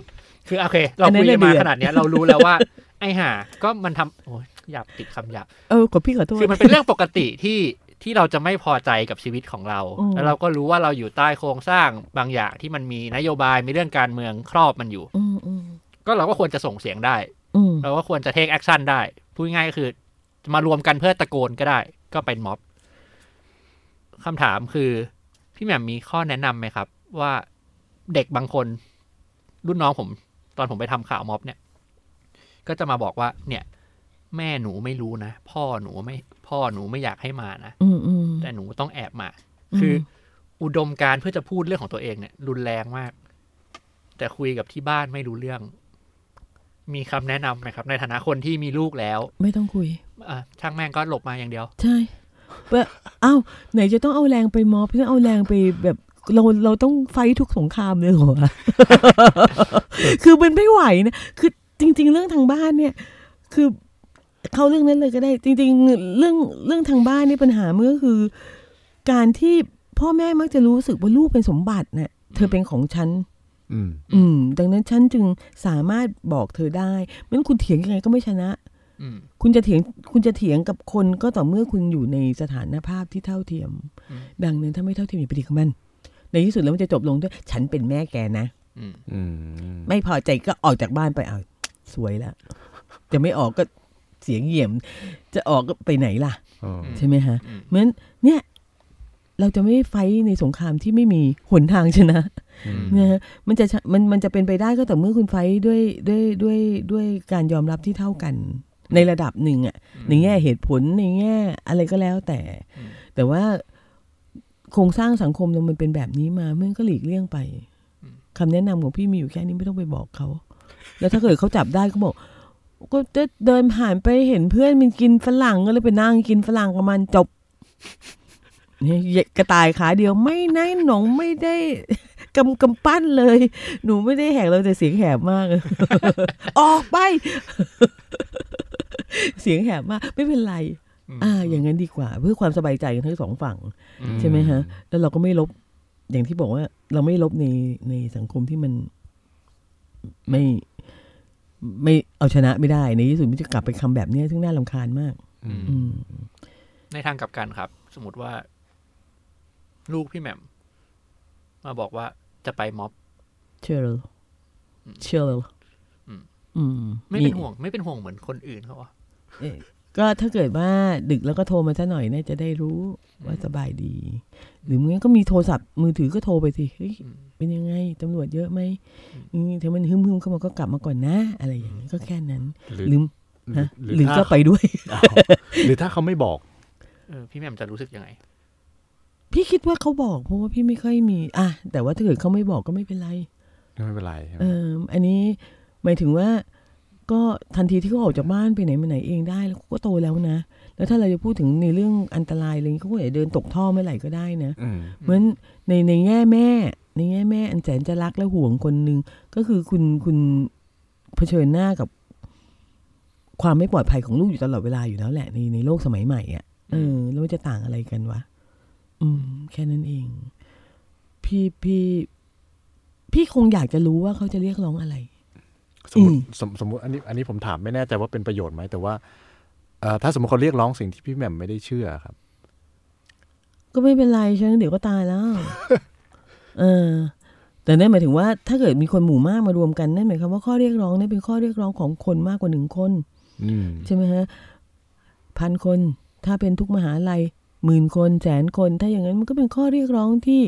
S5: คือโอเค เรา
S3: อันนั้
S5: คุ
S3: น
S5: ย
S3: น่ะ
S5: กันมา
S3: เดือด
S5: ขนาดเนี้ยเรารู้แล้วว่า ไอ้ห่าก็มันทำโอ้ยหยาบติดคำหยาบ
S3: เออกดพี่ขอโทษ
S5: คือมันเป็นเรื่องป กติที่ที่เราจะไม่พอใจกับชีวิตของเรา
S3: อืม
S5: แล้วเราก็รู้ว่าเราอยู่ใต้โครงสร้างบางอย่างที่มันมีนโยบายมีเรื่องการเมืองครอบมันอยู่
S3: อืมอืม
S5: ก็เราก็ควรจะส่งเสียงได้
S3: อืม
S5: เราก็ควรจะเทคแอคชั่นได้ พูดง่ายๆก็คือมารวมกันเพื่อตะโกนก็ได้ ก็เป็นม็อบคำถามคือ พี่แหม่มมีข้อแนะนำไหมครับ ว่าเด็กบางคน รุ่นน้องผม ตอนผมไปทำข่าวม็อบเนี่ย ก็จะมาบอกว่า เนี่ย แม่หนูไม่รู้นะ พ่อหนูไม่ พ่อหนูไม่อยากให้มานะ
S3: อืมอืม
S5: แต่หนูต้องแอบมา
S3: อืม
S5: คืออุดมการณ์เพื่อจะพูดเรื่องของตัวเองเนี่ย รุนแรงมาก แต่คุยกับที่บ้านไม่รู้เรื่อง มีคำแนะนำไหมครับ ในฐานะคนที่มีลูกแล้ว
S3: ไม่ต้องคุย
S5: อ่ะช่างแม่งก็หลบมาอย่างเดียว
S3: ใช่เปะเอ้าไหนจะต้องเอาแรงไปมอบต้องเอาแรงไปแบบเราเราต้องไฟท์ทุกสงครามเลยเหรอว ะ คือมันไม่ไหวนะ คือจริง ๆ เรื่องทางบ้านเนี่ย คือเข้าเรื่องนั้นเลยก็ได้ จริง ๆ เรื่องเรื่องทางบ้านนี่ปัญหามันก็คือ การที่พ่อแม่มักจะรู้สึกว่าลูกเป็นสมบัติน่ะเธอเป็นของฉัน
S4: อืม
S3: อืม ดังนั้นฉันจึงสามารถบอกเธอได้ไม่งั้นคุณเถียงยังไงก็ไม่ชนะ
S5: อืม
S3: คุณจะเถียงคุณจะเถียงกับคนก็ต่อเมื่อคุณอยู่ในสถานภาพที่เท่าเทียม
S5: อืม
S3: ดังนั้นถ้าไม่เท่าเทียมอย่าไปเถียงกับมัน ในที่สุดแล้วมันจะจบลงด้วย ฉันเป็นแม่แกนะ
S5: อืม
S4: อืม
S3: ไม่พอใจก็ออกจากบ้านไปเอาสวยแล้ว จะไม่ออกก็เสียงเหยี่ยม จะออกก็ไปไหนล่ะ
S4: เออ
S3: ใช่ไหมฮะ
S5: อืม
S3: เหมือนเนี่ยเราจะไม่ไฟท์ในสงครามที่ไม่มีหนทางชนะ
S4: อืม
S3: นะฮะมันจะชะมันมันจะเป็นไปได้ก็แต่อเมื่อคุณไฟท์ด้วยด้วยด้วยด้วยการยอมรับที่เท่ากัน ในระดับหนึ่งอะ
S5: อืม
S3: ในแง่เหตุผลในแง่อะไรก็แล้วแต่
S5: อืม
S3: แต่ว่าโครงสร้างสังคมเรามันเป็นแบบนี้มาเมื่อก็หลีกเลี่ยงไปคำแนะนำของพี่มีอยู่แค่นี้ไม่ต้องไปบอกเขา แล้วถ้าเกิดเขาจับได้ก็บอก ก็จะเดินผ่านไปเห็นเพื่อนมันกินฝรั่งก็เลยไปนั่งกินฝรั่งกับมันจบเนี่ยเหยียดกระต่ายขาเดียวไม่ไนหนองไม่ได้ กำกำปั้นเลย หนูไม่ได้แหกเราแต่เสียง แหบมาก ออกไป เสียงแหบมาก ไม่เป็นไร
S5: ม
S3: อ่า อย่างนั้นดีกว่า เพื่อความสบายใจกันทั้งสองฝั่ง
S5: อืม
S3: ใช่ไหมฮะ แล้วเราก็ไม่ลบ อย่างที่บอกว่า เราไม่ลบในในสังคมที่มัน ไม่ไม่เอาชนะไม่ได้ ในที่สุดมันจะกลับไปคำแบบเนี้ยซึ่งน่าลำคาญมาก
S4: อืม
S3: อืม
S5: ในทางกลับกันครับ สมมติว่า ลูกพี่แหม่มมาบอกว่าจะไปม็อบ
S3: เชื่อเรา
S5: อืม
S3: เชื่อเรา
S5: อืม
S3: อืม
S5: ไม่เป็นห่วง ไม่เป็นห่วงเหมือนคนอื่นเขาอะ
S3: เอ่อก็ถ้าเกิดว่าดึกแล้วก็โทรมาซะหน่อยน่าจะได้รู้ว่าสบายดี หรือไมึงั้นก็มีโทรศัพท์มือถือก็โทรไปสิเฮ้ย
S5: อืม
S3: เป็นยังไงตำรวจเยอะไหมอืมถ้ามันฮึมๆเข้ามาก็กลับมาก่อนนะ อะไรอย่างนี้ก็แค่นั้น
S4: หรือ
S3: หรือฮะหรือ
S4: ถ้า
S3: ก็ไปด้วย
S4: อ้าวหรือถ้าเขาไม่บอก
S5: เออพี่แหม่มจะรู้สึกยังไง
S3: พี่ คิดว่าเขาบอกเพราะว่าพี่ไม่ค่อยมี อ่ะแต่ว่าถ้าเกิดเขาไม่บอกก็ไม่เป็นไร
S4: ไม่เป็นไรใช่ไหม
S3: เอออันนี้หมายถึงว่าก็ทันทีที่เขาออกจากบ้านไปไหนมาไหนเองได้แล้วเขาก็โตแล้วนะ แล้วถ้าเราจะพูดถึงในเรื่องอันตรายอะไรอย่างงี้เขาก็อย่าเดินตกท่อเมื่อไหร่ก็ได้นะ
S4: อืม
S3: เหมือนในในแง่แม่ ในแง่แม่อันแสนจะรักและห่วงคนหนึ่งก็คือคุณคุณเผชิญหน้ากับความไม่ปลอดภัยของลูกอยู่ตลอดเวลาอยู่แล้วแหละ ในในโลกสมัยใหม่อะ่ะเออแล้วมันจะต่างอะไรกันวะอืม แค่นั้นเอง พี่พี่ พี่คงอยากจะรู้ว่าเขาจะเรียกร้องอะไร
S4: สมมติ
S3: อืม
S4: สมสมมติอันนี้อันนี้ผมถามไม่แน่ใจว่าเป็นประโยชน์ไหมแต่ว่าเอ่อถ้าสมมติเขาเรียกร้องสิ่งที่พี่แหม่มไม่ได้เชื่อครับ
S3: ก็ไม่เป็นไรฉันเดี๋ยวก็ตายแล้ว เออ แต่นั่นหมายถึงว่า ถ้าเกิดมีคนหมู่มากมารวมกันนั่นหมายความว่าข้อเรียกร้องนี่เป็นข้อเรียกร้องของคนมากกว่าหนึ่งคน
S4: อืม
S3: ใช่ไหมฮะพันคนถ้าเป็นทุกมหาลัยหมื่นคนแสนคน ถ้าอย่างนั้นมันก็เป็นข้อเรียกร้องที่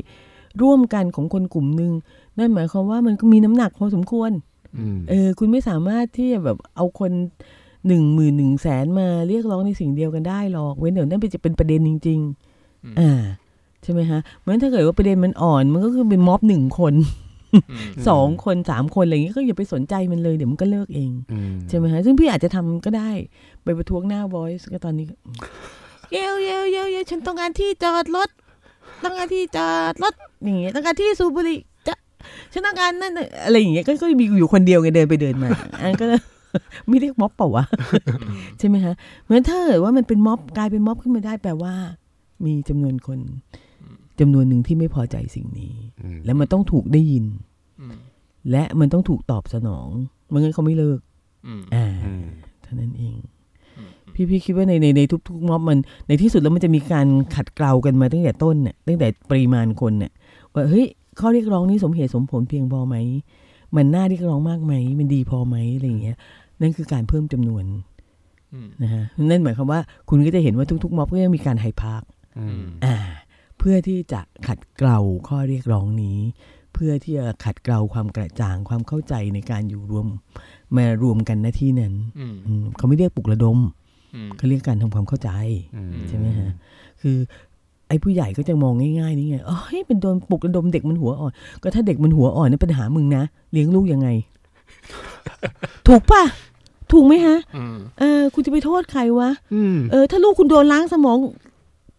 S3: ร่วมกันของคนกลุ่มหนึ่งนั่นหมายความว่ามันก็มีน้ำหนักพอสมควร
S4: อืม
S3: เออ คุณไม่สามารถที่จะแบบเอาคนหนึ่งหมื่นหนึ่งแสนมาเรียกร้องในสิ่งเดียวกันได้หรอก เว้นเดี๋ยวนั่นเป็นจะเป็นประเด็นจริง
S5: อืม
S3: ๆ อ่า ใช่ไหมฮะเพราะฉะนั้นถ้าเกิดว่าประเด็นมันอ่อน มันก็คือเป็นม็อบหนึ่งคน
S5: อืม
S3: สองคนสามคนอะไรอย่างเงี้ยก็อย่าไปสนใจมันเลยเดี๋ยวมันก็เลิกเอง
S4: อืม
S3: ใช่ไหมฮะซึ่งพี่อาจจะทำก็ได้ ไปประท้วงหน้า voice ก็ตอนนี้ก็เยวเยวเยวเยวฉันต้องการที่จอดรถ ต้องการที่จอดรถอย่างเงี้ยต้องการที่สูบบุหรี่จะฉันต้องการนั่นน่ะอะไรอย่างเงี้ยก็ก็มีอยู่คนเดียวไงเดินไปเดินมาอันก็ ไม่เรียกม็อบเปล่าวะ ใช่ไหมคะเหมือนถ้าเกิดว่ามันเป็นม็อบกลายเป็นม็อบขึ้นมาได้แปลว่า มีจำนวนคนจำนวนหนึ่งที่ไม่พอใจสิ่งนี้
S4: อืม
S3: และมันต้องถูกได้ยิน
S5: อืม
S3: และมันต้องถูกตอบสนองไม่งั้นเขาไม่เลิก
S5: อืม
S3: อ่า
S4: อืม
S3: เท่านั้นเอง
S5: อืม
S3: พี่พี่คิดว่าในในในทุกๆม็อบมัน ในที่สุดแล้วมันจะมีการขัดเกลากันมาตั้งแต่ต้นเนี่ยตั้งแต่ปริมาณคนเนี่ยว่าเฮ้ยข้อเรียกร้องนี้สมเหตุสมผลเพียงพอไหม มันน่าเรียกร้องมากไหม มันดีพอไหมอะไรอย่างเงี้ยนั่นคือการเพิ่มจำนวน
S5: อืม
S3: นะฮะนั่นหมายความว่าคุณก็จะเห็นว่าทุกๆม็อบก็ยังมีการไฮพาร์ค
S4: อืม
S3: อ่าเพื่อที่จะขัดเกลาข้อเรียกร้องนี้ เพื่อที่จะขัดเกลาความกระจ่างความเข้าใจในการอยู่รวม มารวมกันหน้าที่นั้น
S5: อืม
S3: อืมเขาไม่เรียกปลุกระดม
S5: อืม
S3: เขาเรียกการทำความเข้าใจ
S4: อืม
S3: ใช่ไหมฮะ คือ ไอ้ผู้ใหญ่ก็จะมองง่ายๆนี่ไงเอ้ยเป็นโดนปลุกระดมเด็กมันหัวอ่อน ก็ถ้าเด็กมันหัวอ่อนนั่นปัญหามึงนะเลี้ยงลูกยังไง ถูกป่ะ ถูกไหมฮะ
S5: อืม
S3: เออคุณจะไปโทษใครวะ
S4: อืม
S3: เออถ้าลูกคุณโดนล้างสมอง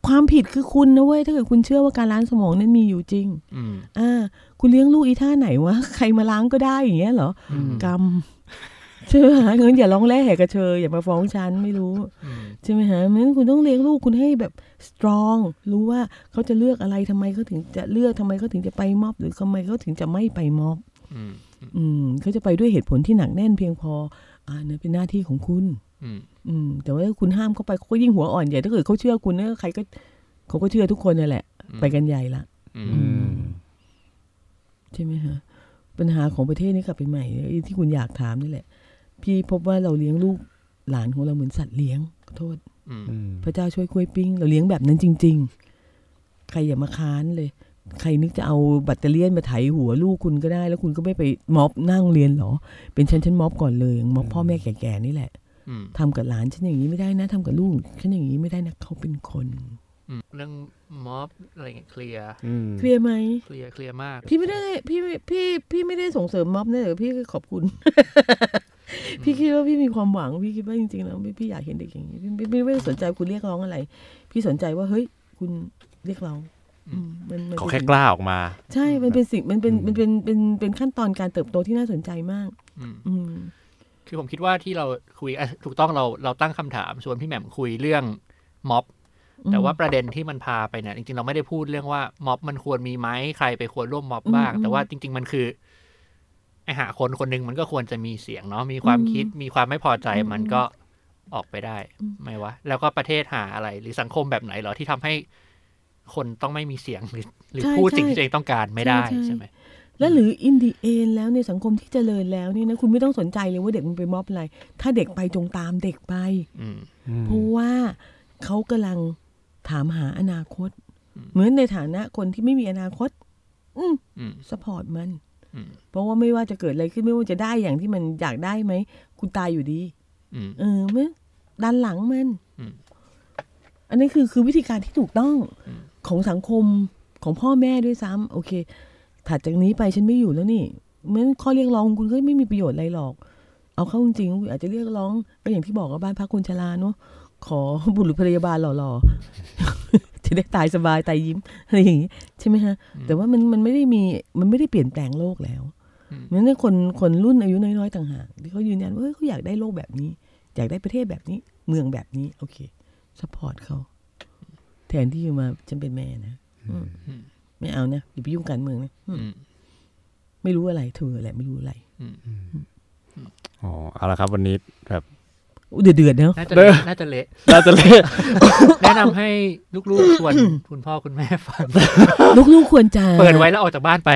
S3: ความผิดคือคุณนะเว้ยถ้าเกิดคุณเชื่อว่าการล้างสมองนั้นมีอยู่จริง
S5: อืม
S3: อ่า คุณเลี้ยงลูกอีท่าไหนวะใครมาล้างก็ได้อย่างเงี้ยเหรอ
S5: อืม
S3: กรรม ใช่ไหมฮะงั้นอย่าร้องแร่แหกกระเชยอย่ามาฟ้องฉันไม่รู้
S5: อืม
S3: ใช่ไหมฮะงั้นคุณต้องเลี้ยงลูกคุณให้แบบสตรอง รู้ว่าเขาจะเลือกอะไรทำไมเขาถึงจะเลือกทำไมเขาถึงจะไปมอบ หรือทำไมเขาถึงจะไม่ไปมอบ
S5: อืม
S3: อืมเขาจะไปด้วยเหตุผลที่หนักแน่นเพียงพออ่านั่นเป็นหน้าที่ของคุณ
S5: อืม
S3: อืมแต่ว่าถ้าคุณห้ามเขาไปเขาก็ยิ่งหัวอ่อนใหญ่ถ้าเกิดเขาเชื่อคุณเนี่ยใครก็เขาก็เชื่อทุกคนนั่นแหละ
S5: อืม
S3: ไปกันใหญ่ละ
S5: อืม
S4: อืม
S3: ใช่ไหมฮะปัญหาของประเทศนี้กลับไปใหม่ไอ้ที่คุณอยากถามนี่แหละ พี่พบว่าเราเลี้ยงลูกหลานของเราเหมือนสัตว์เลี้ยงขอโทษ
S5: อืม
S4: อืม
S3: พระเจ้าช่วยกล้วยปิ้ง เราเลี้ยงแบบนั้นจริง ๆ ใครอย่ามาค้านเลย ใครนึกจะเอาแบตเตอเลี่ยนมาไถหัวลูกคุณก็ได้ แล้วคุณก็ไม่ไปม็อบหนั่งเรียนเหรอ เป็นชั้นชั้นม็อบก่อนเลยม็อบพ่อแม่แก่ๆนี่แหละ
S5: อืม
S3: ทำกับหลานฉันอย่างนี้ไม่ได้นะทำกับลูกฉันอย่างนี้ไม่ได้นะเขาเป็นคน
S5: อืม เรื่องม็อบอะไรเงี้ยเคลียร์
S4: อืม
S3: เคลียร์ไหม
S5: เคลียร์ เคลียร์มาก
S3: พี่ไม่ได้พี่ไม่พี่พี่ไม่ได้ส่งเสริมม็อบนะแต่พี่ขอบ คุณ พี่คิดว่าพี่มีความหวังพี่คิดว่าจริงๆแล้วพี่พี่อยากเห็นเด็กอย่างนี้พี่พี่พี่ไม่ได้สนใจคุณเรียกร้องอะไร พี่สนใจว่าเฮ้ย คุณเรียกร้องอืมมันมัน
S4: ขอ
S3: เป็น
S4: แค่
S3: สิ่ง
S4: กล้าออกมา
S3: ใช่มันเป็นสิ่งมันเป็น
S4: อืม
S3: มันเป็นเป็นเป็นขั้นตอนการเติบโตที่น่าสนใจมาก
S5: อืม
S3: อืม
S5: คือผมคิดว่าที่เราคุยอ่ะถูกต้องเราเราตั้งคำถามชวนพี่แหม่มคุยเรื่องม็อบ แต่ว่าประเด็นที่มันพาไปเนี่ยจริงๆเราไม่ได้พูดเรื่องว่าม็อบมันควรมีไหมใครไปควรร่วมม็อบบ้าง
S3: อืม
S5: แต่ว่าจริง ๆ มันคือไอหาคนคนหนึ่งมันก็ควรจะมีเสียงเนาะมีความ
S3: อืม
S5: คิดมีความไม่พอใจ
S3: อืม
S5: มันก็ออกไปได้
S3: อืม
S5: ไหมวะแล้วก็ประเทศหาอะไร หรือสังคมแบบไหนเหรอที่ทำให้คนต้องไม่มีเสียงหรือหรือ
S3: ใช่
S5: พูดสิ่ง
S3: ใช่
S5: ที่ตัวเองต้องการไม่ได้
S3: ใช่ใช่
S5: ใช่ไหม
S3: และหรืออินดีเอนแล้วในสังคมที่เจริญแล้วเนี่ยนะคุณไม่ต้องสนใจเลยว่าเด็กมันไปม็อบอะไร ถ้าเด็กไปจงตามเด็กไป
S5: อืม
S4: อืม
S3: เพราะว่าเขากำลังถามหาอนาคต
S5: อืม
S3: เหมือนในฐานะคนที่ไม่มีอนาคต อืม
S5: อืม
S3: สปอร์ตมัน
S5: อืม
S3: เพราะว่าไม่ว่าจะเกิดอะไรขึ้นไม่ว่าจะได้อย่างที่มันอยากได้ไหม คุณตายอยู่ดี
S5: อืม
S3: เออมันดันหลังมัน
S5: อืม
S3: อันนี้คือคือวิธีการที่ถูกต้อง
S5: อืม
S3: ของสังคมของพ่อแม่ด้วยซ้ำโอเค ถัดจากนี้ไปฉันไม่อยู่แล้วนี่เหมือนข้อเรียกร้องของคุณก็ไม่มีประโยชน์อะไรหรอก เอาเข้าจริงๆคุณอาจจะเรียกร้องก็อย่างที่บอกว่าบ้านพักคนชราเนาะขอบุรุษพยาบาลหล่อๆ จะได้ตายสบายตายยิ้มอะไรอย่างนี้ใช่ไหมฮะ แต่ว่ามันมันไม่ได้มีมันไม่ได้เปลี่ยนแปลงโลกแล้ว
S5: อืม
S3: เพราะฉะนั้นคนคนรุ่นอายุน้อยๆต่างหากที่เขายืนยันว่าเฮ้ยเขาอยากได้โลกแบบนี้ อยากได้ประเทศแบบนี้ เมืองแบบนี้ โอเคสปอร์ตเขา แทนที่จะมาฉันเป็นแม่นะอืม
S5: อืม
S3: ไม่เอานะอย่าไปยุ่งการเมืองนะอืม
S5: อืม
S3: ไม่รู้อะไรเธอแหละไม่รู้อะไร
S4: อ๋อเอาละครับ วันนี้แบบ
S3: เดือดเดือดๆเนาะ
S5: น่าจะเละน่าจะเละ
S4: น่าจะเละ
S5: แนะนำให้ลูกๆชวน คุณพ่อคุณแม่ฟัง
S3: ลูกๆควรจะ
S5: เปิดไว้แล้วออกจากบ้านไป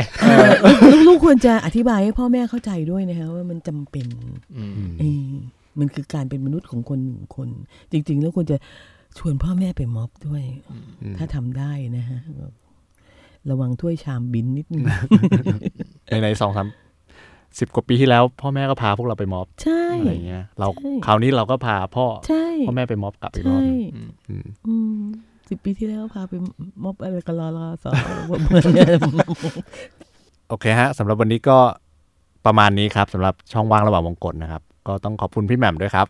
S3: ลูกๆควรจะอธิบายให้พ่อแม่เข้าใจด้วยนะฮะว่ามันจำเป็นเออมันคือการเป็นมนุษย์ของคนหนึ่งคน จริง ๆ แล้วควรจะชวนพ่อแม่ไปม็อบด้วย ถ้าทำได้นะฮะแบบระวังถ้วยชามบินนิดนึง
S4: ในในสองสามสิบกว่าปีที่แล้ว พ่อแม่ก็พาพวกเราไปม็อบ
S3: ใช่
S4: อะไรเงี้ยเราคราวนี้เราก็พาพ่อ
S3: ใช่
S4: พ่อแม่ไปม็อบกลับอีกรอ
S3: ใช่
S4: บหนึ่งอืม
S3: อืมสิบปีที่แล้วพาไปม็อบอะไรกันรอรอ สอว่าเหมือน กัน
S4: โอเคฮะสำหรับวันนี้ก็ประมาณนี้ครับสำหรับช่องว่างระหว่างวงกฏนะครับ ก็ต้องขอบคุณพี่แหม่มด้วยครับ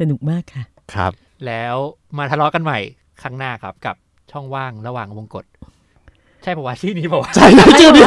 S3: สนุกมากค่ะ
S4: ครับ
S5: แล้วมาทะเลาะกันใหม่ครั้งหน้าครับ กับช่องว่างระหว่างวงกฏใช่ปะวะชื่อนี้ปะวะ
S4: ใช่นะชื่อนี้